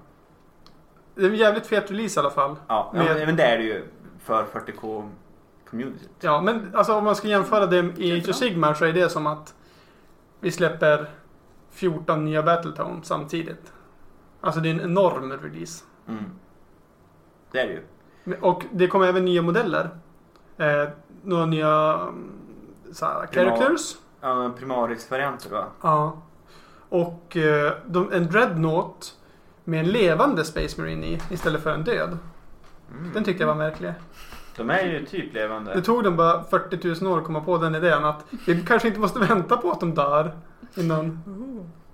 Speaker 3: det är en jävligt fet release i alla fall.
Speaker 4: Ja, ja, men, men det är det ju för 40k-communityt.
Speaker 3: Ja, men alltså om man ska jämföra det i Age of Sigmar så är det som att vi släpper 14 nya Battletone samtidigt. Alltså det är en enorm release.
Speaker 4: Mm. Det är det ju.
Speaker 3: Men- Och det kommer även nya modeller. Eh, några nya mm, så här, characters.
Speaker 4: Ja, Primaris-varianter va?
Speaker 3: Ja. Och eh, de, en Dreadnought med en levande Space Marine i istället för en död.
Speaker 4: Mm.
Speaker 3: Den tyckte jag var märklig.
Speaker 4: De är ju typ levande.
Speaker 3: Det tog dem bara 40 000 år att komma på den idén att vi kanske inte måste vänta på att de dör innan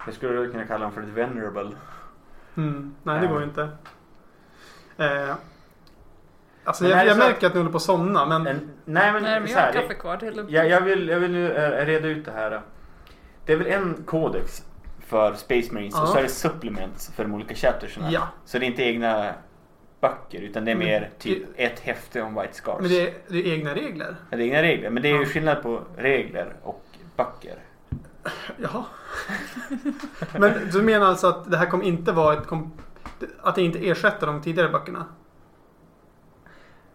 Speaker 4: Jag skulle kunna kalla dem för ett venerable.
Speaker 3: Mm, nej, det
Speaker 4: Ja.
Speaker 3: går ju inte. Eh, alltså
Speaker 4: Men är
Speaker 3: jag,
Speaker 4: det
Speaker 3: jag
Speaker 4: så att-
Speaker 3: märker att ni håller på att somna, men
Speaker 4: En, nej men,
Speaker 2: Nej men
Speaker 4: så
Speaker 2: jag har
Speaker 4: här,
Speaker 2: kaffe kvar. Det är lugnt.
Speaker 4: jag, jag vill, jag vill nu eh, reda ut det här. Det är väl en kodex för Space Marines
Speaker 3: Ja.
Speaker 4: och så är det supplements för de olika chaptersen.
Speaker 3: ja.
Speaker 4: Så det är inte egna böcker utan det är
Speaker 3: Men
Speaker 4: mer typ ett häfte om White Scars.
Speaker 3: Men det är, det är egna regler.
Speaker 4: Ja, det är inga regler, men det är ju
Speaker 3: Ja.
Speaker 4: skillnad på regler och böcker.
Speaker 3: Jaha. men du menar alltså att det här kommer inte vara ett... Kom, att det inte ersätter de tidigare böckerna?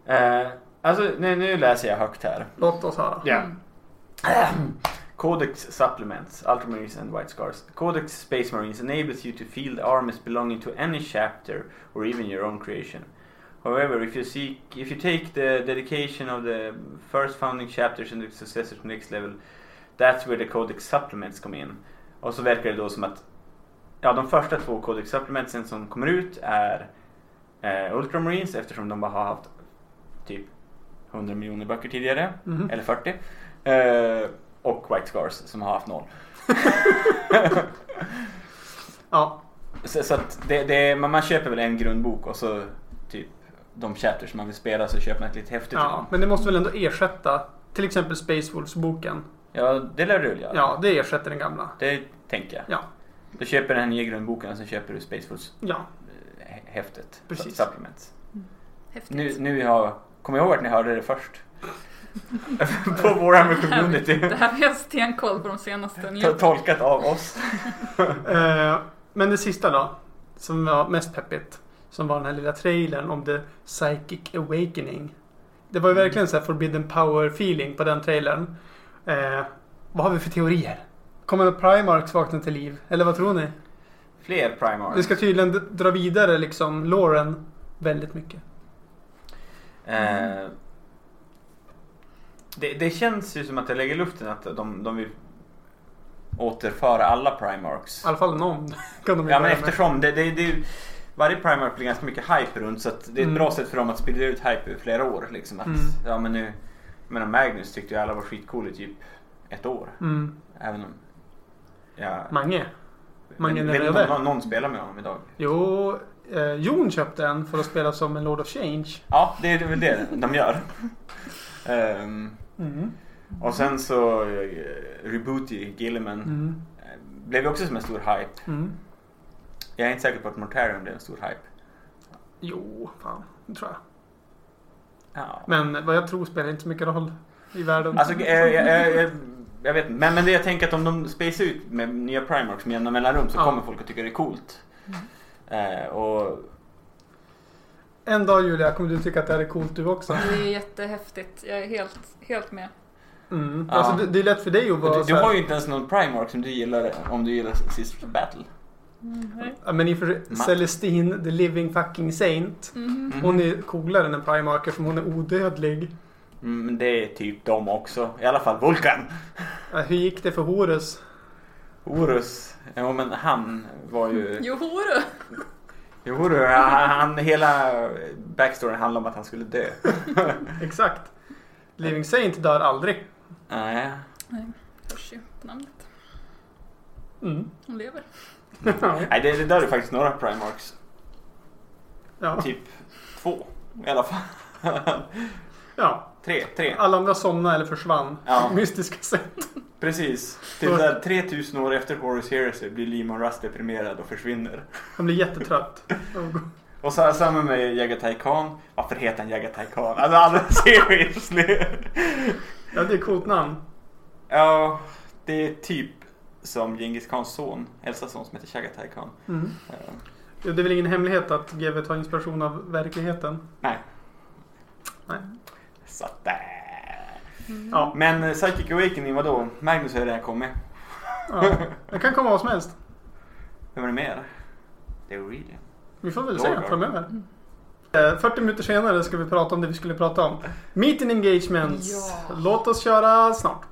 Speaker 4: Eh, alltså nu, nu läser jag högt här.
Speaker 3: Låt oss höra.
Speaker 4: Ja. Codex supplements Ultramarines and White Scars. Codex Space Marines enables you to field armies belonging to any chapter or even your own creation. However, if you seek, if you take the dedication of the first founding chapters and the successor to next level, that's where the Codex supplements come in. Och så verkar det då som att ja, de första två Codex supplementsen som kommer ut är eh, Ultramarines eftersom de bara har haft typ 100 miljoner böcker tidigare.
Speaker 3: Mhm.
Speaker 4: Eller 40. Eh, och White Scars som har haft noll.
Speaker 3: Ja.
Speaker 4: Så, så att det, det, man, man köper väl en grundbok och så typ de chapters som man vill spela så köper man ett litet häfte till
Speaker 3: ja.
Speaker 4: dem.
Speaker 3: Men det måste väl ändå ersätta till exempel Space Wolves-boken?
Speaker 4: Ja, det lär du väl göra?
Speaker 3: Ja, det ersätter den gamla.
Speaker 4: Det tänker jag.
Speaker 3: Ja.
Speaker 4: Du köper den här nya grundboken och sen köper du Space Force
Speaker 3: Ja.
Speaker 4: eh, häftet.
Speaker 3: Precis.
Speaker 4: Su- Supplements.
Speaker 2: Häftigt.
Speaker 4: Nu, nu har, kommer jag ihåg att ni hörde det först? på våran community.
Speaker 2: Det här vi har stenkoll på de senaste
Speaker 4: To-
Speaker 2: nyheterna.
Speaker 4: Tolkat av oss.
Speaker 3: Eh, men det sista då, som var mest peppigt, som var den här lilla trailern om The Psychic Awakening. Det var ju
Speaker 4: Mm.
Speaker 3: verkligen så här forbidden power feeling på den trailern. Eh, vad har vi för teorier? Kommer Primarchs vakna till liv? Eller vad tror ni?
Speaker 4: Fler Primarchs.
Speaker 3: Det ska tydligen d- dra vidare liksom Lauren väldigt mycket.
Speaker 4: Eh, det, det känns ju som att det lägger i luften att de, de vill återföra alla Primarchs.
Speaker 3: I alla fall någon kan de ju
Speaker 4: Ja men
Speaker 3: börja
Speaker 4: eftersom det, det, det, är ju- varje Primarch blir ganska mycket hype runt så att det är ett
Speaker 3: Mm.
Speaker 4: bra sätt för dem att sprida ut hype i flera år. Liksom att,
Speaker 3: Mm.
Speaker 4: ja, men nu, jag menar Magnus tyckte ju alla var skitcool i typ ett år.
Speaker 3: med. Mm.
Speaker 4: Även om... Ja,
Speaker 3: Mange.
Speaker 4: men,
Speaker 3: Magnus
Speaker 4: vet
Speaker 3: Röve.
Speaker 4: någon, någon, någon spelar med honom idag.
Speaker 3: Jo, eh, Jon köpte en för att spela som en Lord of Change.
Speaker 4: Ja, det är väl det de gör. Ehm,
Speaker 3: Mm.
Speaker 4: och sen så uh, Rebooty Gilliman
Speaker 3: Mm.
Speaker 4: eh, blev ju också som en stor hype.
Speaker 3: Mm.
Speaker 4: Jag är inte säker på att Mortarion blev en stor hype.
Speaker 3: Jo, fan. Det tror jag.
Speaker 4: Ja.
Speaker 3: Men vad jag tror spelar inte så mycket roll i världen.
Speaker 4: Alltså, eh, jag, jag, jag, jag vet inte. Men, men det jag tänker att om de spacear ut med nya Primarchs med jämna mellanrum så
Speaker 3: Ja. Mm.
Speaker 4: kommer folk att tycka det är coolt. Eh, och
Speaker 3: En dag Julia kommer du tycka att det här är coolt du också.
Speaker 2: Det är jättehäftigt. Jag är helt, helt med.
Speaker 3: Mm.
Speaker 4: Ja.
Speaker 3: Alltså, det, det är lätt för dig att vara
Speaker 4: du, du
Speaker 3: så här-
Speaker 4: har ju inte ens någon Primarch som du gillar om du gillar Sisters of Battle.
Speaker 3: Ja, men i och för sig,
Speaker 4: Ma-
Speaker 3: Celestine, the living fucking saint.
Speaker 2: Mhm.
Speaker 4: Mm.
Speaker 3: Hon är coolare än en Primarker som hon är odödlig.
Speaker 4: Mm, men det är typ de också. I alla fall Vulkan.
Speaker 3: Ja, hur gick det för Horus?
Speaker 4: Horus. Ja men han var ju...
Speaker 2: Jo, du.
Speaker 4: Jo, du, han, han, hela backstoryn handlar om att han skulle dö.
Speaker 3: Exakt. Living saint dör aldrig.
Speaker 4: Nej.
Speaker 2: Hörs ju på namnet.
Speaker 3: Mm.
Speaker 2: Hon lever.
Speaker 3: Ja.
Speaker 4: Nej, det, det där är faktiskt några Primarchs.
Speaker 3: Ja.
Speaker 4: Typ två i alla fall.
Speaker 3: ja.
Speaker 4: Tre, tre.
Speaker 3: Alla andra somnade eller försvann.
Speaker 4: Ja.
Speaker 3: Mystiska sätt.
Speaker 4: Precis. Typ Till där 3000 år efter Horus Heresy blir Lehman Rust deprimerad och försvinner.
Speaker 3: Han blir jättetrött.
Speaker 4: Och så samma med Jagatai Khan. Varför heter han Jagatai Khan? Alltså alla ser skits nu.
Speaker 3: Ja, det är ett coolt namn.
Speaker 4: Ja, det är typ som Djingis Khans son, Elsas son som heter Jagatai Khan.
Speaker 3: Mm.
Speaker 4: Eh,
Speaker 3: Ja, Det är väl ingen hemlighet att GW tar inspiration av verkligheten.
Speaker 4: nej.
Speaker 3: Nej.
Speaker 4: Så att där.
Speaker 2: Mm.
Speaker 3: Ja.
Speaker 4: Men eh, Psychic Awakening, vadå? Magnus har ju redan kommit.
Speaker 3: ja. Det kan komma vad som helst.
Speaker 4: Vem är det mer? Det är Aurelia.
Speaker 3: Vi får väl
Speaker 4: Lord
Speaker 3: se
Speaker 4: Lord.
Speaker 3: framöver. Eh, 40 minuter senare ska vi prata om det vi skulle prata om. Meet and engagements.
Speaker 2: Ja.
Speaker 3: Låt oss köra snart.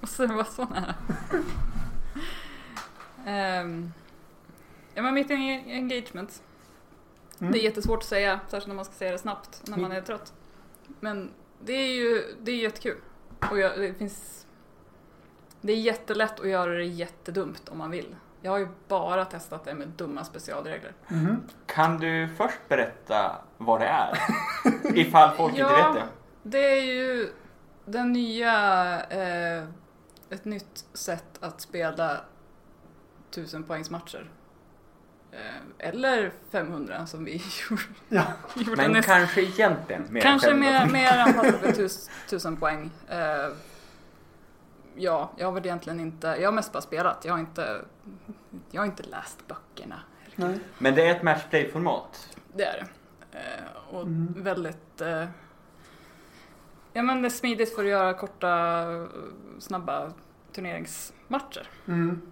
Speaker 2: Och så var så nära. Ehm, ja men mitt en- engagement.
Speaker 3: Mm.
Speaker 2: Det är jättesvårt att säga, särskilt när man ska säga det snabbt när man är trött. Men det är ju det är jättekul. Och jag, det finns... Det är jättelätt att göra det jättedumt om man vill. Jag har ju bara testat det med dumma specialregler.
Speaker 3: Mhm.
Speaker 4: Kan du först berätta vad det är? Ifall folk
Speaker 2: Ja.
Speaker 4: inte vet det.
Speaker 2: Det är ju den nya... Eh, ett nytt sätt att spela tusenpoängsmatcher. Eh, eller 500 som vi
Speaker 3: Ja.
Speaker 2: gjorde
Speaker 4: Men
Speaker 2: näst-
Speaker 4: kanske egentligen mer
Speaker 2: Kanske
Speaker 4: än
Speaker 2: mer,
Speaker 4: 500.
Speaker 2: mer anpassat för tus, tusen poäng. Eh, ja, jag har väl egentligen inte... Jag har mest bara spelat. Jag har inte, jag har inte läst böckerna.
Speaker 3: Nej.
Speaker 4: Men det är ett matchday-format.
Speaker 2: Det är det. Eh, och
Speaker 3: Mm.
Speaker 2: väldigt... Eh, ja men det är smidigt för att göra korta, eh, snabba turneringsmatcher,
Speaker 3: Mm.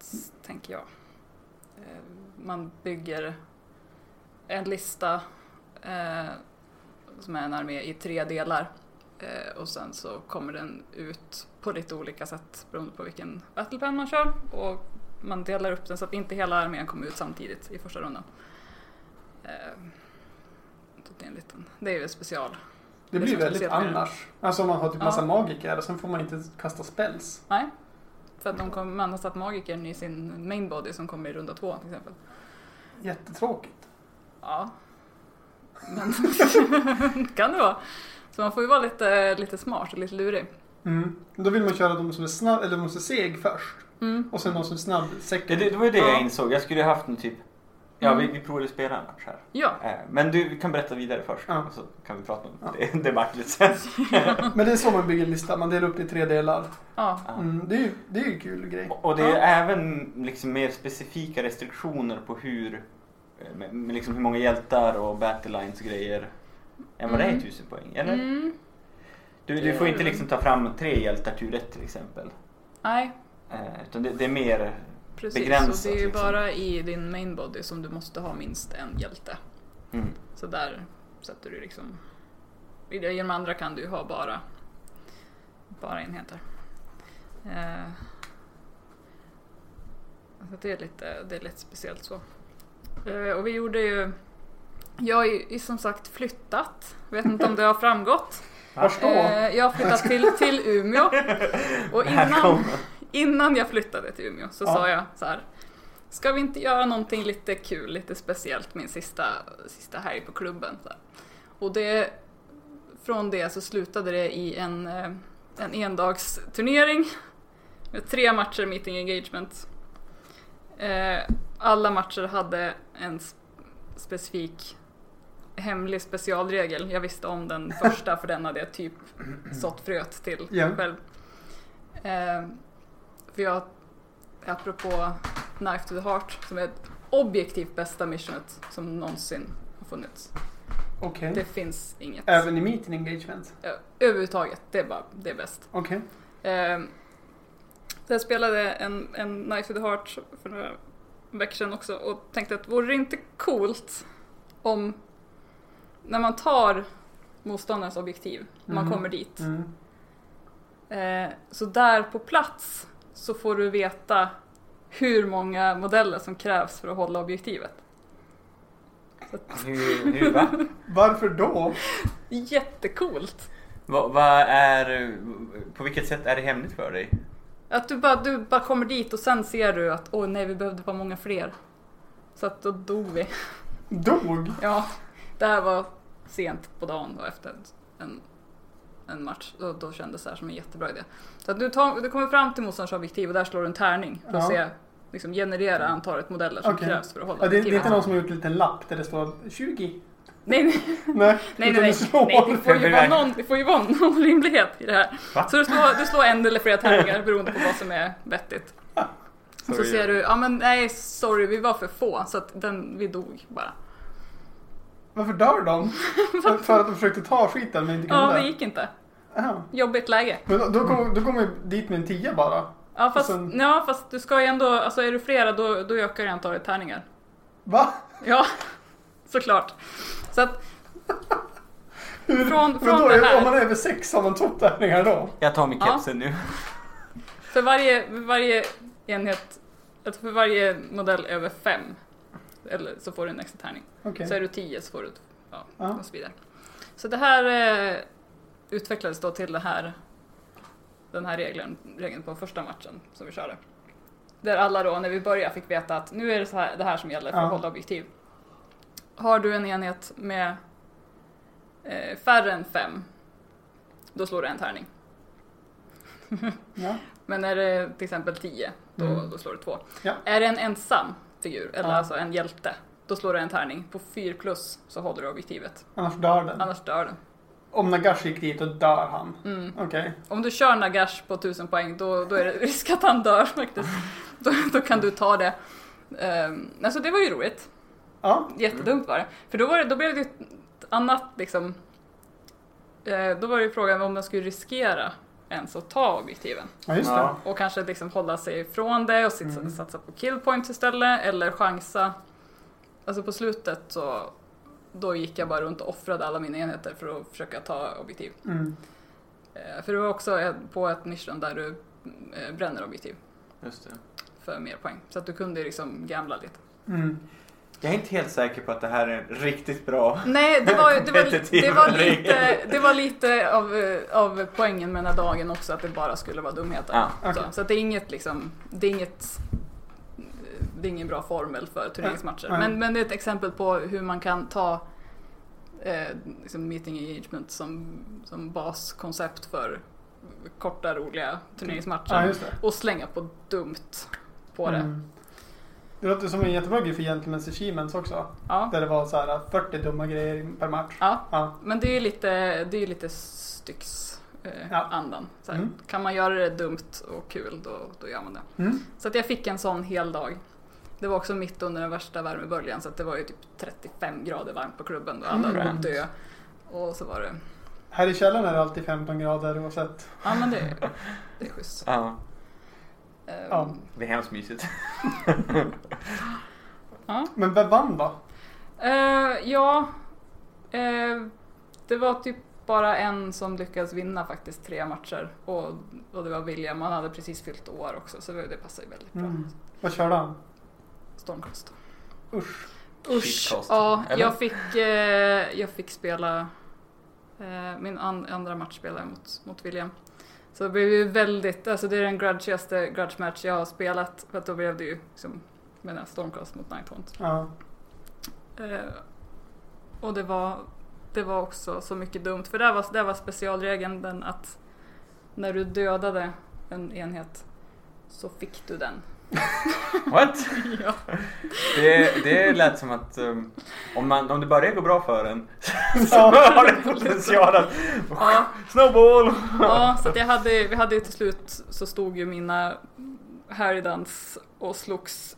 Speaker 2: s- tänker jag. Eh, man bygger en lista eh, som är en armé i tre delar. Eh, och sen så kommer den ut på lite olika sätt beroende på vilken battlepen man kör. Och man delar upp den så att inte hela armén kommer ut samtidigt i första rundan. Eh, så det är en liten, det är ju en special.
Speaker 3: Det
Speaker 2: Det
Speaker 3: blir
Speaker 2: känns
Speaker 3: väldigt
Speaker 2: speciellt.
Speaker 3: annars. Alltså om man har typ massa
Speaker 2: Ja.
Speaker 3: magiker och sen får man inte kasta spells.
Speaker 2: Nej, för att de kom, man har satt magikern i sin main body som kommer i runda två till exempel.
Speaker 3: Jättetråkigt.
Speaker 2: Ja, men kan det vara. Så man får ju vara lite, lite smart och lite lurig.
Speaker 3: Mm. Då vill man köra de som är snabb, eller de som är seg först.
Speaker 2: Mm.
Speaker 3: Och sen de som är snabb
Speaker 4: Det,
Speaker 3: second.
Speaker 4: det, det var ju det
Speaker 2: Ja.
Speaker 4: jag insåg. Jag skulle ju haft en typ... Ja,
Speaker 2: Mm.
Speaker 4: vi, vi provade att spela en match här.
Speaker 2: Ja,
Speaker 4: Eh, Men du vi kan berätta vidare först.
Speaker 3: Ja.
Speaker 4: Och så kan vi prata om
Speaker 3: Ja.
Speaker 4: det, det vacklet sen.
Speaker 3: Men det är så man bygger en lista. Man delar upp det i tre delar.
Speaker 2: ja.
Speaker 4: Ja.
Speaker 3: Mm. Det, är ju, det är ju en kul grej.
Speaker 4: Och det är även liksom mer specifika restriktioner på hur... eh, Med, med liksom hur många hjältar och battle lines och grejer. Än vad det är
Speaker 2: Mm.
Speaker 4: i 1000 poäng, eller?
Speaker 2: Mm.
Speaker 4: Du, du får inte liksom ta fram tre hjältar tur ett till exempel.
Speaker 2: Nej,
Speaker 4: Eh, Utan det, det är mer...
Speaker 2: precis.
Speaker 4: Begränsat,
Speaker 2: och det är ju
Speaker 4: liksom.
Speaker 2: bara i din main body som du måste ha minst en hjälte.
Speaker 4: Mm.
Speaker 2: Så där sätter du liksom... I de i de andra kan du ju ha bara, bara enheter. Eh, så det, är lite, det är lite speciellt så. Eh, och vi gjorde ju... Jag har ju som sagt flyttat. Vet inte om det har framgått.
Speaker 3: Vars då?
Speaker 2: Eh, jag har flyttat till, till Umeå. Och
Speaker 4: Det här
Speaker 2: innan,
Speaker 4: kommer.
Speaker 2: innan jag flyttade till Umeå så
Speaker 3: Ja.
Speaker 2: sa jag så här. Ska vi inte göra någonting lite kul, lite speciellt min sista, sista helg på klubben? Så här. Och det, från det så slutade det i en, eh, en endagsturnering med tre matcher meeting engagement. Eh, Alla matcher hade en s- specifik hemlig specialregel. Jag visste om den första för den hade jag typ sått fröet till
Speaker 3: Ja.
Speaker 2: själv. Eh, för jag, apropå Knife to the Heart, som är det objektivt bästa missionet som någonsin har funnits.
Speaker 3: Okej.
Speaker 2: Det finns inget.
Speaker 3: Även i meeting engagement?
Speaker 2: Ö- Överhuvudtaget, det är bara det är bäst.
Speaker 3: Okej.
Speaker 2: Eh, så jag spelade en, en Knife to the Heart för några veckor sedan också och tänkte att vore det inte coolt om när man tar motståndarens objektiv, när man
Speaker 3: Mhm.
Speaker 2: kommer dit,
Speaker 3: Mm.
Speaker 2: Eh, Så där på plats så får du veta hur många modeller som krävs för att hålla objektivet.
Speaker 4: Hur, hur, va?
Speaker 3: Varför då?
Speaker 2: Jättecoolt!
Speaker 4: Vad vad är... På vilket sätt är det hemligt för dig?
Speaker 2: Att du bara, du bara kommer dit och sen ser du att åh nej, vi behövde bara många fler. Så att då dog vi.
Speaker 3: Dog?
Speaker 2: Ja, det här var sent på dagen då efter en, en match. Då, då kändes det här som en jättebra idé. Så att du, tar, du kommer fram till motståndarens objektiv och där slår du en tärning för att
Speaker 3: Ja.
Speaker 2: se, liksom generera antalet modeller som
Speaker 3: Okej.
Speaker 2: krävs för att hålla
Speaker 3: Ja, det, det är
Speaker 2: objektivet.
Speaker 3: inte någon som har gjort en liten lapp där det står 20?
Speaker 2: Nej, nej,
Speaker 3: Nej,
Speaker 2: nej,
Speaker 3: utan
Speaker 2: nej,
Speaker 3: du slår.
Speaker 2: nej, nej det, får ju vara någon, det får ju vara någon rimlighet i det här.
Speaker 4: Va?
Speaker 2: Så du slår, du slår en eller flera tärningar beroende på vad som är vettigt. Så ser du, ja men nej sorry vi var för få så att den, vi dog bara.
Speaker 3: Varför dör de? För- För att de försökte ta skiten men inte kunde?
Speaker 2: Ja det gick inte.
Speaker 3: Aha.
Speaker 2: Jobbigt läge.
Speaker 3: Men då, då kommer då kom jag dit med en tia bara.
Speaker 2: Ja fast,
Speaker 3: sen-
Speaker 2: ja, fast du ska ju ändå, alltså är du flera då, då ökar ju antalet tärningar.
Speaker 3: Va?
Speaker 2: Ja, såklart. Så att,
Speaker 3: Hur,
Speaker 2: Från-
Speaker 3: men
Speaker 2: från
Speaker 3: då,
Speaker 2: det här.
Speaker 3: Om man är över sex har man två tärningar då?
Speaker 4: Jag tar min
Speaker 2: Ja.
Speaker 4: kepsen nu.
Speaker 2: för varje, för varje enhet, alltså för varje modell över fem, eller så får du en extra tärning.
Speaker 3: Okej.
Speaker 2: Så är du tio så får du, ja,
Speaker 3: Ja.
Speaker 2: och så vidare. Så det här eh, utvecklades då till det här, den här regeln, regeln på första matchen som vi körde. Där alla då, när vi började, fick veta att nu är det så här, det här som gäller för
Speaker 3: Ja.
Speaker 2: att hålla objektiv. Har du en enhet med eh, färre än fem, då slår du en tärning.
Speaker 3: Ja.
Speaker 2: Men är det till exempel 10, då,
Speaker 3: Mm.
Speaker 2: då slår du två.
Speaker 3: Ja.
Speaker 2: Är det en ensam figur, eller
Speaker 3: Ja.
Speaker 2: alltså en hjälte, då slår du en tärning. På 4 plus så håller du objektivet,
Speaker 3: Annars dör den.
Speaker 2: annars dör du.
Speaker 3: Om Nagash gick dit, då dör han.
Speaker 2: Mm.
Speaker 3: Okej.
Speaker 2: Om du kör Nagash på 1000 poäng, då, då är det risk att han dör faktiskt. Då, då kan du ta det. Um, alltså det var ju roligt,
Speaker 3: Ja.
Speaker 2: jättedumt var det. För då, var det, då blev det ett annat liksom, eh, då var det ju frågan om man skulle riskera ens att ta objektiven.
Speaker 3: ja, just
Speaker 4: Ja.
Speaker 2: Och kanske liksom hålla sig ifrån det och sit-
Speaker 3: Mm.
Speaker 2: satsa på killpoints istället eller chansa. Alltså på slutet så då gick jag bara runt och offrade alla mina enheter för att försöka ta objektiv.
Speaker 3: det. Mm.
Speaker 2: Eh, För det var också ett- på ett mission där du eh, bränner objektiv
Speaker 4: Just det.
Speaker 2: för mer poäng. Så att du kunde liksom gamla lite.
Speaker 3: Mm.
Speaker 4: Jag är inte helt säker på att det här är en riktigt bra...
Speaker 2: Nej, det var, ju- det var,
Speaker 4: Kompetitiv
Speaker 2: det var
Speaker 4: regel.
Speaker 2: lite, det var lite av, eh, av poängen med den här dagen också att det bara skulle vara dumheter.
Speaker 4: Ja.
Speaker 3: Okej.
Speaker 2: Så, så att det är inget liksom, det är inget det är ingen bra formel för turneringsmatcher.
Speaker 3: Nej.
Speaker 2: Men, men det är ett exempel på hur man kan ta eh, liksom meeting engagement som, som baskoncept för korta roliga turneringsmatcher.
Speaker 3: Ja, just det.
Speaker 2: Och slänga på dumt på det.
Speaker 3: Mm. Det låter som en jättebra grej för Gentlemen's Achievements också.
Speaker 2: Ja.
Speaker 3: Där det var så här 40 dumma grejer per match.
Speaker 2: ja,
Speaker 3: Ja.
Speaker 2: men det är ju lite, det är ju lite styx eh,
Speaker 3: Ja.
Speaker 2: andan. Så här,
Speaker 3: Mm.
Speaker 2: Kan man göra det dumt och kul då, då gör man det.
Speaker 3: Mm.
Speaker 2: Så att jag fick en sån hel dag. Det var också mitt under den värsta värmeböljan så att det var ju typ 35 grader varmt på klubben då alla höll
Speaker 3: Mm.
Speaker 2: på att dö. Och så var det,
Speaker 3: Här i källaren är det alltid 15 grader oavsett.
Speaker 2: ja men det, är- det är schysst.
Speaker 4: Ja.
Speaker 2: Ehm,
Speaker 3: Ja.
Speaker 4: Det är hemskt mysigt.
Speaker 2: ja.
Speaker 3: Men vem vann då?
Speaker 2: Eh, ja. Eh, det var typ bara en som lyckades vinna faktiskt tre matcher och, och det var William, han hade precis fyllt år också så det passade ju väldigt bra.
Speaker 3: Mm. Vad körde han?
Speaker 2: Stormcast.
Speaker 3: Usch.
Speaker 2: Usch.
Speaker 4: Shitcast,
Speaker 2: Ja,
Speaker 4: eller?
Speaker 2: jag fick, eh, jag fick spela eh, min an- andra match spelade jag mot, mot William. Så det blev ju väldigt, alltså det är den grudgigaste grudge match jag har spelat för att då blev det ju liksom mina Stormcast mot Nighthaunt.
Speaker 3: Ja.
Speaker 2: Eh, och det var, det var också så mycket dumt, för där var, där var specialregeln den att när du dödade en enhet så fick du den.
Speaker 4: What?
Speaker 2: ja.
Speaker 4: Det, det lät som att um, om, man, om det börjar gå bra för en så
Speaker 3: Ja.
Speaker 4: har det potential att...
Speaker 2: Ja,
Speaker 4: Snowball!
Speaker 2: Ja, så att jag hade, vi hade ju till slut så stod ju mina Harrydans och slogs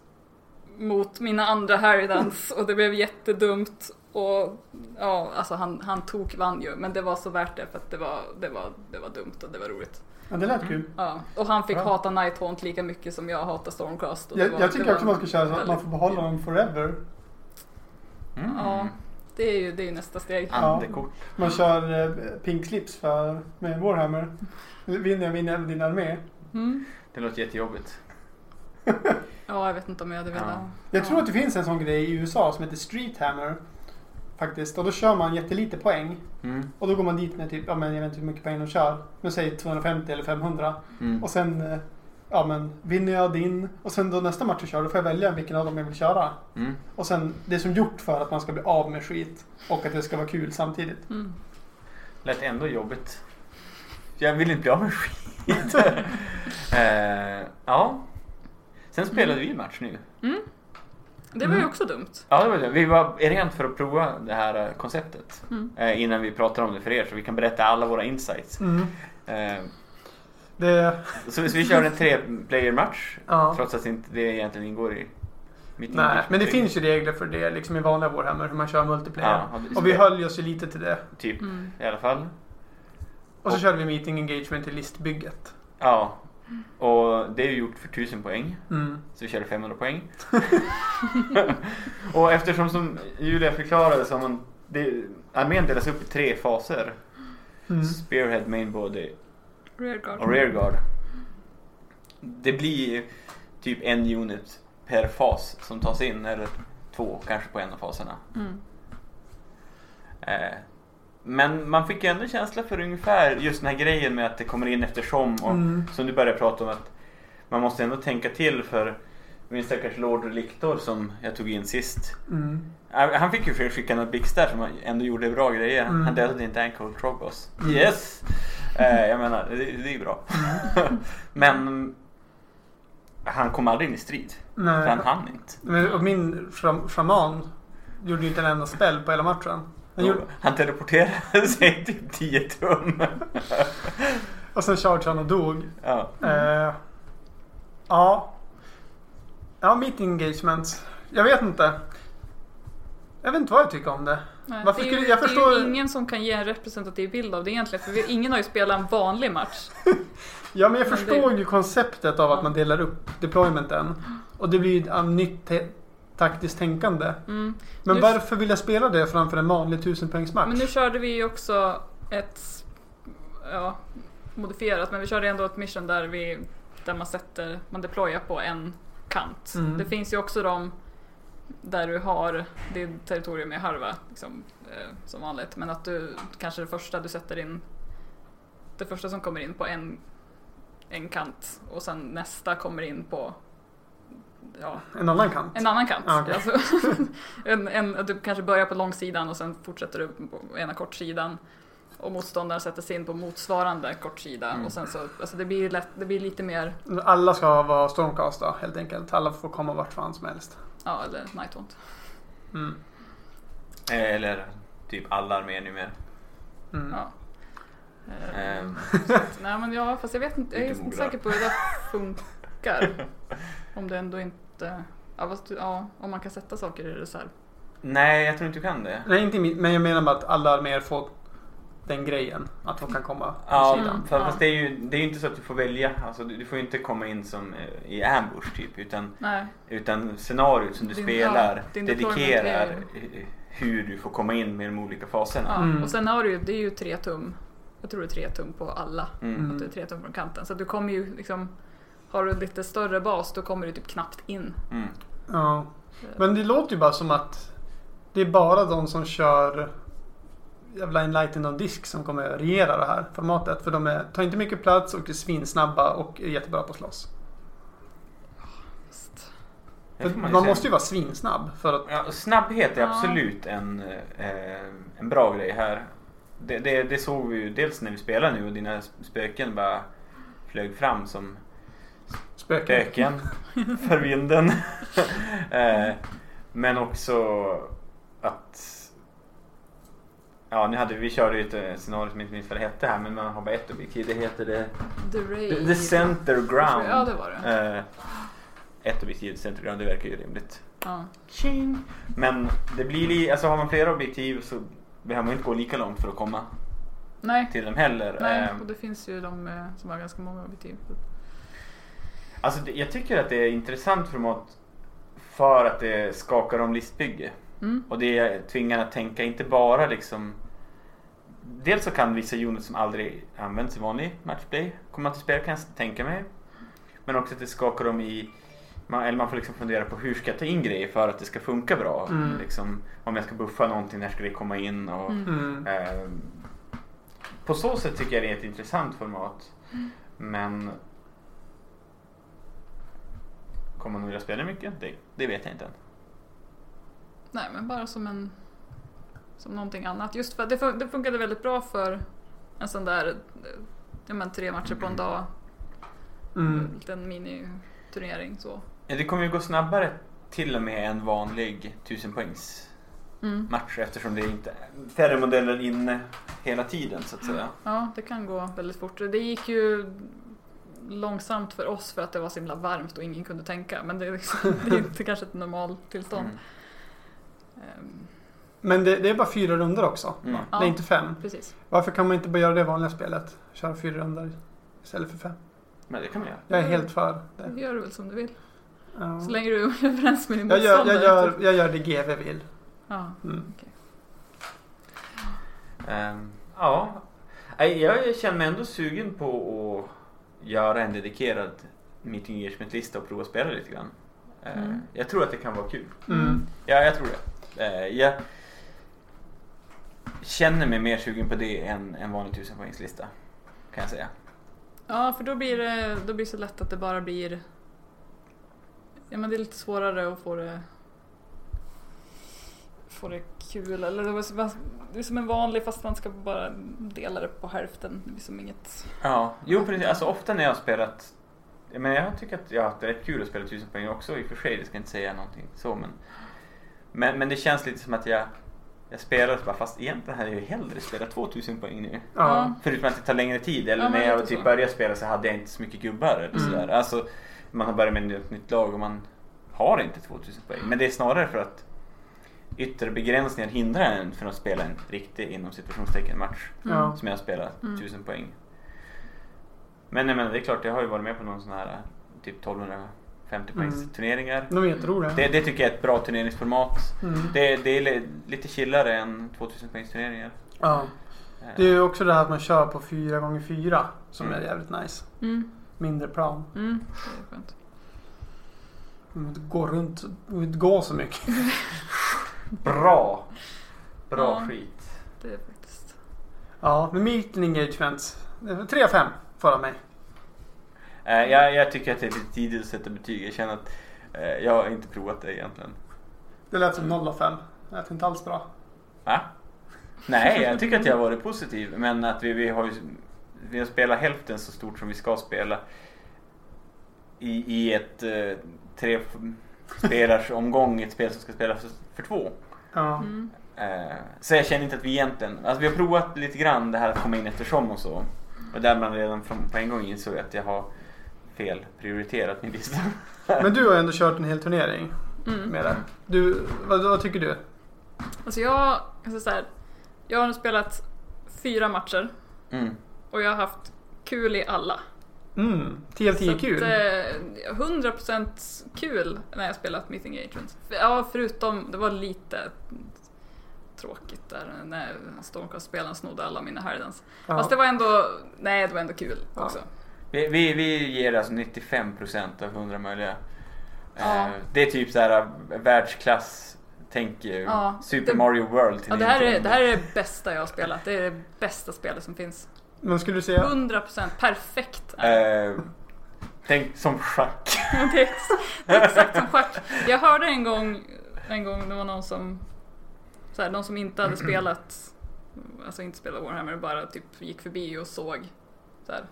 Speaker 2: mot mina andra Harrydans och det blev jättedumt och ja, alltså han, han tog vann ju men det var så värt det för att det var, det var, det var dumt och det var roligt.
Speaker 3: ja, det
Speaker 2: Mm.
Speaker 3: lät kul.
Speaker 2: Ja, och han fick
Speaker 4: Bra.
Speaker 2: hata Nighthaunt lika mycket som jag hatar Stormcast. Och det
Speaker 3: Jag,
Speaker 2: var,
Speaker 3: jag
Speaker 2: det
Speaker 3: tycker
Speaker 2: var
Speaker 3: också man ska köra så att man
Speaker 2: väldigt-
Speaker 3: får behålla dem forever.
Speaker 4: Mm.
Speaker 2: Ja, det är ju det är ju nästa steg.
Speaker 4: Andekort.
Speaker 2: Mm.
Speaker 3: Man kör eh, pink slips för, med Warhammer. Vinner jag vinner även din armé.
Speaker 2: Mm.
Speaker 4: Det låter jättejobbigt.
Speaker 2: Ja, jag vet inte om jag hade velat.
Speaker 4: Ja.
Speaker 3: Jag tror
Speaker 2: Ja.
Speaker 3: att det finns en sån grej i USA som heter Street Hammer. Faktiskt. Och då kör man jättelite poäng.
Speaker 4: Mm.
Speaker 3: Och då går man dit med typ, ja men jag vet inte hur mycket poäng de kör. Men säg 250 eller 500.
Speaker 4: Mm.
Speaker 3: Och sen eh, ja men vinner jag din och sen då nästa match jag kör då får jag välja vilken av dem jag vill köra.
Speaker 4: Mm.
Speaker 3: Och sen det är som gjort för att man ska bli av med skit och att det ska vara kul samtidigt.
Speaker 2: Mm.
Speaker 4: Lät ändå jobbigt. Jag vill inte bli av med skit. eh, ja. Sen spelade
Speaker 2: Mm.
Speaker 4: vi en match nu.
Speaker 2: Det var ju
Speaker 3: Mm.
Speaker 2: också dumt.
Speaker 4: Ja, det var det. Vi var rent för att prova det här eh, konceptet.
Speaker 2: Mm.
Speaker 4: Eh, innan vi pratar om det för er så vi kan berätta alla våra insights. Eh,
Speaker 3: Mm. Det,
Speaker 4: så, så vi kör en tre-player-match.
Speaker 3: ja.
Speaker 4: Trots att inte det egentligen ingår i mitt
Speaker 3: Nej, men det
Speaker 4: inbördeskrig.
Speaker 3: finns ju regler för det liksom i vanliga Warhammer hur man kör multiplayer.
Speaker 4: Ja,
Speaker 3: Och vi höll ju oss ju lite till det.
Speaker 4: Typ
Speaker 2: Mm.
Speaker 4: i alla fall.
Speaker 3: Och så
Speaker 4: Och-
Speaker 3: körde vi meeting engagement i listbygget.
Speaker 4: Ja. Och det är ju gjort för 1000 poäng.
Speaker 3: Mm.
Speaker 4: Så vi körde 500 poäng. och eftersom som Julia förklarade så har man det, armén delas upp i tre faser.
Speaker 3: Mm.
Speaker 4: Spearhead, main body
Speaker 2: Rearguard.
Speaker 4: och rearguard. Det blir typ en unit per fas som tas in eller två kanske på en av faserna.
Speaker 2: Mm.
Speaker 4: Eh, Men man fick ju ändå känsla för ungefär just den här grejen med att det kommer in eftersom och
Speaker 3: Mm.
Speaker 4: som du började prata om att man måste ändå tänka till för min stackars Lord Liktor som jag tog in sist.
Speaker 3: Mm.
Speaker 4: Eh, Han fick ju för- skicka några bix där som ändå gjorde bra grejer.
Speaker 3: Mm.
Speaker 4: Han dödade inte Ankle Trogos.
Speaker 3: Mm.
Speaker 4: Yes! Eh, jag menar, det, det är ju bra.
Speaker 3: Mm.
Speaker 4: Men han kom aldrig in i strid. För
Speaker 3: Nej.
Speaker 4: han hann inte.
Speaker 3: Men, och min sham- shaman gjorde ju inte en enda spel på hela matchen. Han gjorde,
Speaker 4: Han teleporterade sig typ 10 tum.
Speaker 3: och sen chargeade han och dog.
Speaker 4: ja.
Speaker 2: Mm.
Speaker 3: Eh, ja. Ja, mitt engagement. Jag vet inte. Jag vet inte vad jag tycker om det.
Speaker 2: Nej,
Speaker 3: Varför
Speaker 2: det, är,
Speaker 3: skulle-
Speaker 2: ju-
Speaker 3: jag
Speaker 2: det är
Speaker 3: förstår-
Speaker 2: ju ingen som kan ge en representativ bild av det egentligen för vi, ingen har ju spelat en vanlig match.
Speaker 3: Ja, men jag
Speaker 2: Men
Speaker 3: förstår
Speaker 2: det-
Speaker 3: ju konceptet av att man delar upp deploymenten. Och det blir ju ett ah, nytt te- taktiskt tänkande.
Speaker 2: Mm.
Speaker 3: Men
Speaker 2: Nu-
Speaker 3: varför vill jag spela det framför en vanlig tusenpoängsmatch?
Speaker 2: Men nu körde vi ju också ett ja, modifierat men vi körde ändå ett mission där, vi, där man sätter, man deployar på en kant.
Speaker 3: Mm.
Speaker 2: Det finns ju också de där du har din territorium i halva liksom, eh, som vanligt men att du kanske det första du sätter in det första som kommer in på en, en kant och sen nästa kommer in på ja,
Speaker 3: En annan kant.
Speaker 2: en annan kant.
Speaker 3: Ah, okej.
Speaker 2: Alltså, en, en, att du kanske börjar på långsidan och sen fortsätter du på ena kortsidan. Och motståndaren sätter sig in på motsvarande kortsida.
Speaker 4: Mm.
Speaker 2: Och sen så, alltså det, blir lätt, det blir lite mer,
Speaker 3: Alla ska vara stormcast då, helt enkelt. Alla får komma vart fan som helst.
Speaker 2: ja eller Nightwant.
Speaker 3: Mm.
Speaker 4: Eh, Eller typ alla arméer numera.
Speaker 3: Mm.
Speaker 2: Ja. Eh,
Speaker 4: Ehm,
Speaker 2: så- Nej men ja, fast jag vet inte, jag är
Speaker 4: Lite
Speaker 2: inte
Speaker 4: molar.
Speaker 2: säker på hur det funkar. Om det ändå inte, ja, fast, du- ja om man kan sätta saker i reserv.
Speaker 4: Nej, jag tror inte du kan det.
Speaker 3: Nej, inte mitt, men jag menar bara att alla arméer får den grejen. Att de kan komma på
Speaker 4: Ja,
Speaker 3: sidan.
Speaker 4: för,
Speaker 2: ja.
Speaker 4: fast det är ju det är ju inte så att du får välja. Alltså, du, du får ju inte komma in som eh, i ambush typ. Utan,
Speaker 2: Nej,
Speaker 4: utan scenariot som du
Speaker 2: Din-
Speaker 4: spelar
Speaker 2: ja, din deployment
Speaker 4: dedikerar
Speaker 2: är
Speaker 4: eh, hur du får komma in med de olika faserna.
Speaker 2: ja.
Speaker 3: Mm.
Speaker 2: och sen har du ju, det är ju tre tum. Jag tror det är tre tum på alla.
Speaker 4: Mm.
Speaker 2: att du är tre tum från kanten. Så att du kommer ju liksom, har du lite större bas då kommer du typ knappt in.
Speaker 4: Mm.
Speaker 3: Ja. Men det låter ju bara som att det är bara de som kör jävla Enlightened on disk som kommer att regera det här formatet. För de är, tar inte mycket plats och är svinsnabba och är jättebra på att slåss.
Speaker 2: Fast-
Speaker 4: Det
Speaker 3: För
Speaker 4: får
Speaker 3: man
Speaker 4: ju säga.
Speaker 3: måste ju vara svinsnabb för att...
Speaker 4: Ja, snabbhet är
Speaker 2: Ja.
Speaker 4: absolut en, eh, en bra grej här. Det, det, det såg vi ju dels när vi spelade nu och dina spöken bara flög fram som
Speaker 3: Spöken.
Speaker 4: Spöken för vinden. eh, men också att... Ja, nu hade vi, vi körde ju ett eh, scenario som jag inte minns vad det hette här, men man har bara ett objekt i. Det heter det...
Speaker 2: The Raid.
Speaker 4: The, the Center Ground.
Speaker 2: Ja det var det.
Speaker 4: Eh, ett objektiv, Center Ground, det verkar ju rimligt.
Speaker 2: Ja.
Speaker 4: Tjing. Men det blir li- alltså har man flera objektiv så behöver man inte gå lika långt för att komma
Speaker 2: Nej.
Speaker 4: till dem heller.
Speaker 2: Nej,
Speaker 4: Ehm,
Speaker 2: och det finns ju de eh, som har ganska många objektiv.
Speaker 4: Alltså, det- jag tycker att det är intressant format för att det skakar om listbygge.
Speaker 2: Mm.
Speaker 4: Och det tvingar en att tänka inte bara liksom... Dels så kan vissa units som aldrig används i vanlig matchplay komma till spel kan jag tänka mig. Men också att det skakar dem i... Man, eller man får liksom fundera på hur ska jag ta in grejer för att det ska funka bra.
Speaker 3: Mm.
Speaker 4: Liksom, om jag ska buffa någonting, när ska det komma in? Och,
Speaker 2: Mm.
Speaker 3: Mm.
Speaker 4: Ehm, På så sätt tycker jag det är ett intressant format. Men Kommer man vilja spela mycket? Det, det vet jag inte än.
Speaker 2: Nej, men bara som en... Som någonting annat. Just för att det, fun- det funkade väldigt bra för en sån där... eh, Ja men tre matcher på en dag.
Speaker 3: Mm.
Speaker 2: En liten miniturnering så.
Speaker 4: Ja, Det kommer ju gå snabbare till och med en vanlig 1000 poängs
Speaker 2: Mm.
Speaker 4: match eftersom det är inte färre modeller inne hela tiden så att säga. Mm.
Speaker 2: Ja, det kan gå väldigt fort. Det gick ju långsamt för oss för att det var så himla varmt och ingen kunde tänka. Men det är, liksom, det är inte kanske ett normalt tillstånd.
Speaker 4: Mm.
Speaker 2: Ehm,
Speaker 3: Men det, det är bara fyra runder också.
Speaker 4: Mm.
Speaker 2: Ja.
Speaker 3: Det är inte fem.
Speaker 2: precis.
Speaker 3: Varför kan man inte bara göra det vanliga spelet? Köra fyra runder istället för fem.
Speaker 4: Men det kan man göra.
Speaker 3: Jag är
Speaker 2: Mm.
Speaker 3: helt för det.
Speaker 2: Du gör du väl som du vill.
Speaker 3: Ja.
Speaker 2: Så länge du är överens med din
Speaker 3: Jag gör,
Speaker 2: motståndare. typ.
Speaker 3: jag, gör, jag gör det GV vill.
Speaker 2: Ja.
Speaker 3: Mm.
Speaker 4: Ehm, ja, Nej, jag känner mig ändå sugen på att göra en dedikerad meeting engagement-lista och prova att spela lite grann. Ehm,
Speaker 2: Mm.
Speaker 4: Jag tror att det kan vara kul.
Speaker 3: Mm.
Speaker 4: Ja, jag tror det. Ehm, jag känner mig mer sugen på det än en vanlig 1000 poängslista. Kan jag säga.
Speaker 2: ja, för då blir, det, då blir det så lätt att det bara blir... Ja, men det är lite svårare att få det... Få det kul. Eller det, var så, bara- det är som en vanlig fast man ska bara dela det på hälften. Det blir som inget...
Speaker 4: Ja, jo precis. Alltså ofta när jag har spelat men jag tycker att jag har haft rätt kul att spela 1000 poäng också i och för sig, det ska jag inte säga någonting så men Men, men det känns lite som att jag jag spelar och så bara, fast egentligen hade jag ju hellre spelat 2000 poäng nu.
Speaker 3: Ja.
Speaker 4: Förutom att det tar längre tid. Eller
Speaker 2: Ja, men
Speaker 4: när jag
Speaker 2: lite
Speaker 4: typ
Speaker 2: så.
Speaker 4: började spela så hade jag inte så mycket gubbar eller
Speaker 3: Mm.
Speaker 4: sådär. Alltså, man har börjat med ett nytt lag och man har inte 2000 poäng. Men det är snarare för att yttre begränsningar hindrar en från att spela en riktig inom situationstecken match
Speaker 3: Ja.
Speaker 4: som jag har spelat,
Speaker 2: Mm.
Speaker 4: 1000 poäng. Men, nej, men det är klart, jag har ju varit med på någon sån här typ 1250 poängs
Speaker 3: Mm.
Speaker 4: turneringar.
Speaker 3: De är jätteroliga.
Speaker 4: Det, det tycker jag är ett bra turneringsformat.
Speaker 3: Mm.
Speaker 4: Det, det är li- lite chillare än 2000 poängs turneringar.
Speaker 3: Ja.
Speaker 4: Eh,
Speaker 3: Det är ju också det här att man kör på 4x4 som
Speaker 4: Mm.
Speaker 3: är jävligt nice.
Speaker 2: Mm.
Speaker 3: Mindre plan.
Speaker 2: Mm. Det är skönt.
Speaker 3: Man behöver inte gå runt och inte gå så mycket.
Speaker 4: Bra! Bra
Speaker 2: Ja.
Speaker 4: skit.
Speaker 2: Det är faktiskt...
Speaker 3: Ja, men meeting engagements. 3 av 5 får av mig.
Speaker 4: Eh, Jag, jag tycker att det är lite tidigt att sätta betyg. Jag känner att eh, jag har inte provat det egentligen.
Speaker 3: Det lät som 0 av 5. Det lät inte alls bra.
Speaker 4: Va? Nej, jag tycker att jag har varit positiv. Men att vi, vi har ju vi har spelat hälften så stort som vi ska spela i, i ett eh, tre f- spelars omgång i ett spel som ska spelas för, för två.
Speaker 3: Ja.
Speaker 2: Mm.
Speaker 4: Eh, så jag känner inte att vi egentligen... Alltså vi har provat lite grann det här att komma in eftersom och så. Och där man redan från, på en gång insåg att jag har fel prioriterat min lista.
Speaker 3: Men du har ju ändå kört en hel turnering
Speaker 2: Mm.
Speaker 3: med det. Du, vad, vad tycker du?
Speaker 2: Alltså jag, alltså så här, jag har nu spelat fyra matcher
Speaker 4: Mm.
Speaker 2: och jag har haft kul i alla.
Speaker 3: Mm, 10 av 10
Speaker 2: Så
Speaker 3: kul.
Speaker 2: Att, eh, 100% kul när jag spelat Meeting Agents. För- Ja, förutom det var lite tråkigt där när Stormcast-spelaren snodde alla mina Hardens.
Speaker 3: Ja.
Speaker 2: Fast det var ändå, nej det var ändå kul
Speaker 3: Ja.
Speaker 2: också.
Speaker 4: Vi, vi, vi ger alltså 95% av 100 möjliga.
Speaker 2: Ja.
Speaker 4: Eh, Det är typ så här eh, världsklass, tänk eh,
Speaker 2: Ja,
Speaker 4: Super
Speaker 2: det-
Speaker 4: Mario World till
Speaker 2: Ja, det, här är,
Speaker 4: Nintendo.
Speaker 2: det här är det bästa jag har spelat, det är det bästa spelet som finns.
Speaker 3: Men skulle du säga...
Speaker 2: 100% perfekt!
Speaker 4: Eh, Tänk som schack.
Speaker 2: Men det, är ex, det är exakt som schack. Jag hörde en gång, en gång det var någon som, så här, någon som inte hade spelat, alltså inte spelat Warhammer, bara typ gick förbi och såg. Så här,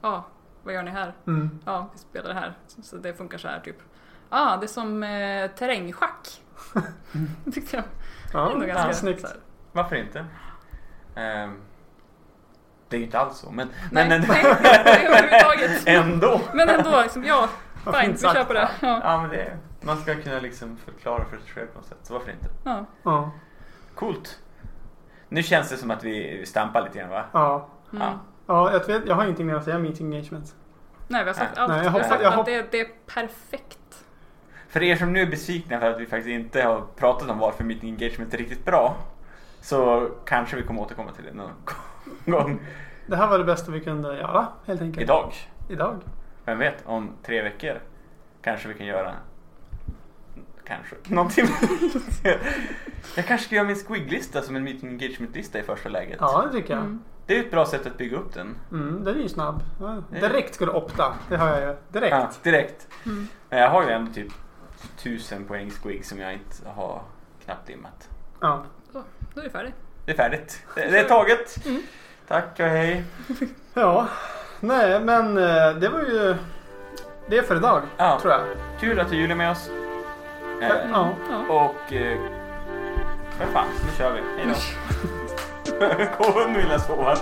Speaker 2: ja, ah, vad gör ni här?
Speaker 3: Mm.
Speaker 2: Ja, vi spelar det här. Så, så det funkar så här typ. Ja, ah, det är som eh, terrängschack. Tyckte jag.
Speaker 3: Ja,
Speaker 2: ändå
Speaker 3: ja,
Speaker 2: ganska
Speaker 3: snyggt.
Speaker 2: så här.
Speaker 4: Varför inte? Eh, Det är ju inte alls så, men,
Speaker 2: Nej,
Speaker 4: men
Speaker 2: nej, nej, överhuvudtaget.
Speaker 4: ändå.
Speaker 2: Men ändå, liksom, ja,
Speaker 3: Vad
Speaker 2: fine,
Speaker 3: fint
Speaker 2: vi
Speaker 3: sagt.
Speaker 2: kör på det. Ja.
Speaker 4: Ja, men det är, man ska kunna liksom förklara för sig själv på något sätt, så varför inte?
Speaker 2: Ja.
Speaker 3: Ja.
Speaker 4: Coolt. Nu känns det som att vi stampar lite grann va?
Speaker 3: Ja.
Speaker 2: Mm.
Speaker 3: Ja, jag, vet, jag har ingenting mer att säga om meeting engagements.
Speaker 2: Nej, vi har sagt
Speaker 4: Nej,
Speaker 2: allt.
Speaker 3: jag
Speaker 2: vi har
Speaker 4: hoppas-
Speaker 2: sagt
Speaker 3: jag
Speaker 2: att
Speaker 3: hop-
Speaker 2: det, det är perfekt.
Speaker 4: För er som nu är besvikna för att vi faktiskt inte har pratat om varför mitt engagement är riktigt bra så kanske vi kommer återkomma till det någon gång
Speaker 3: Det här var det bästa vi kunde göra helt enkelt.
Speaker 4: idag.
Speaker 3: Idag.
Speaker 4: Vem vet, om tre veckor kanske vi kan göra kanske någonting. Jag kanske ska göra min squiglista som en meeting engagement-lista i första läget.
Speaker 3: Typ. Ja, det tycker jag.
Speaker 2: Mm.
Speaker 4: Det är ju ett bra sätt att bygga upp den.
Speaker 3: Mm, den är ju snabb. Ja. Direkt ska du opta. Det hör jag ju. Direkt.
Speaker 4: Ja, direkt.
Speaker 2: Mm.
Speaker 4: Men jag har ju ändå typ tusen poäng squig som jag inte har knappt immat.
Speaker 3: Ja.
Speaker 2: Så, då är det färdigt.
Speaker 4: Det är färdigt. Det, det är taget. Tack och hej.
Speaker 3: ja. Nej, men eh, det var ju det för idag.
Speaker 4: Ja.
Speaker 3: Tror jag.
Speaker 4: Kul att du Julia är med oss. Eh,
Speaker 3: Ja.
Speaker 4: Och... Eh, för fan, nu kör vi. Hej då. Gå och milla sova.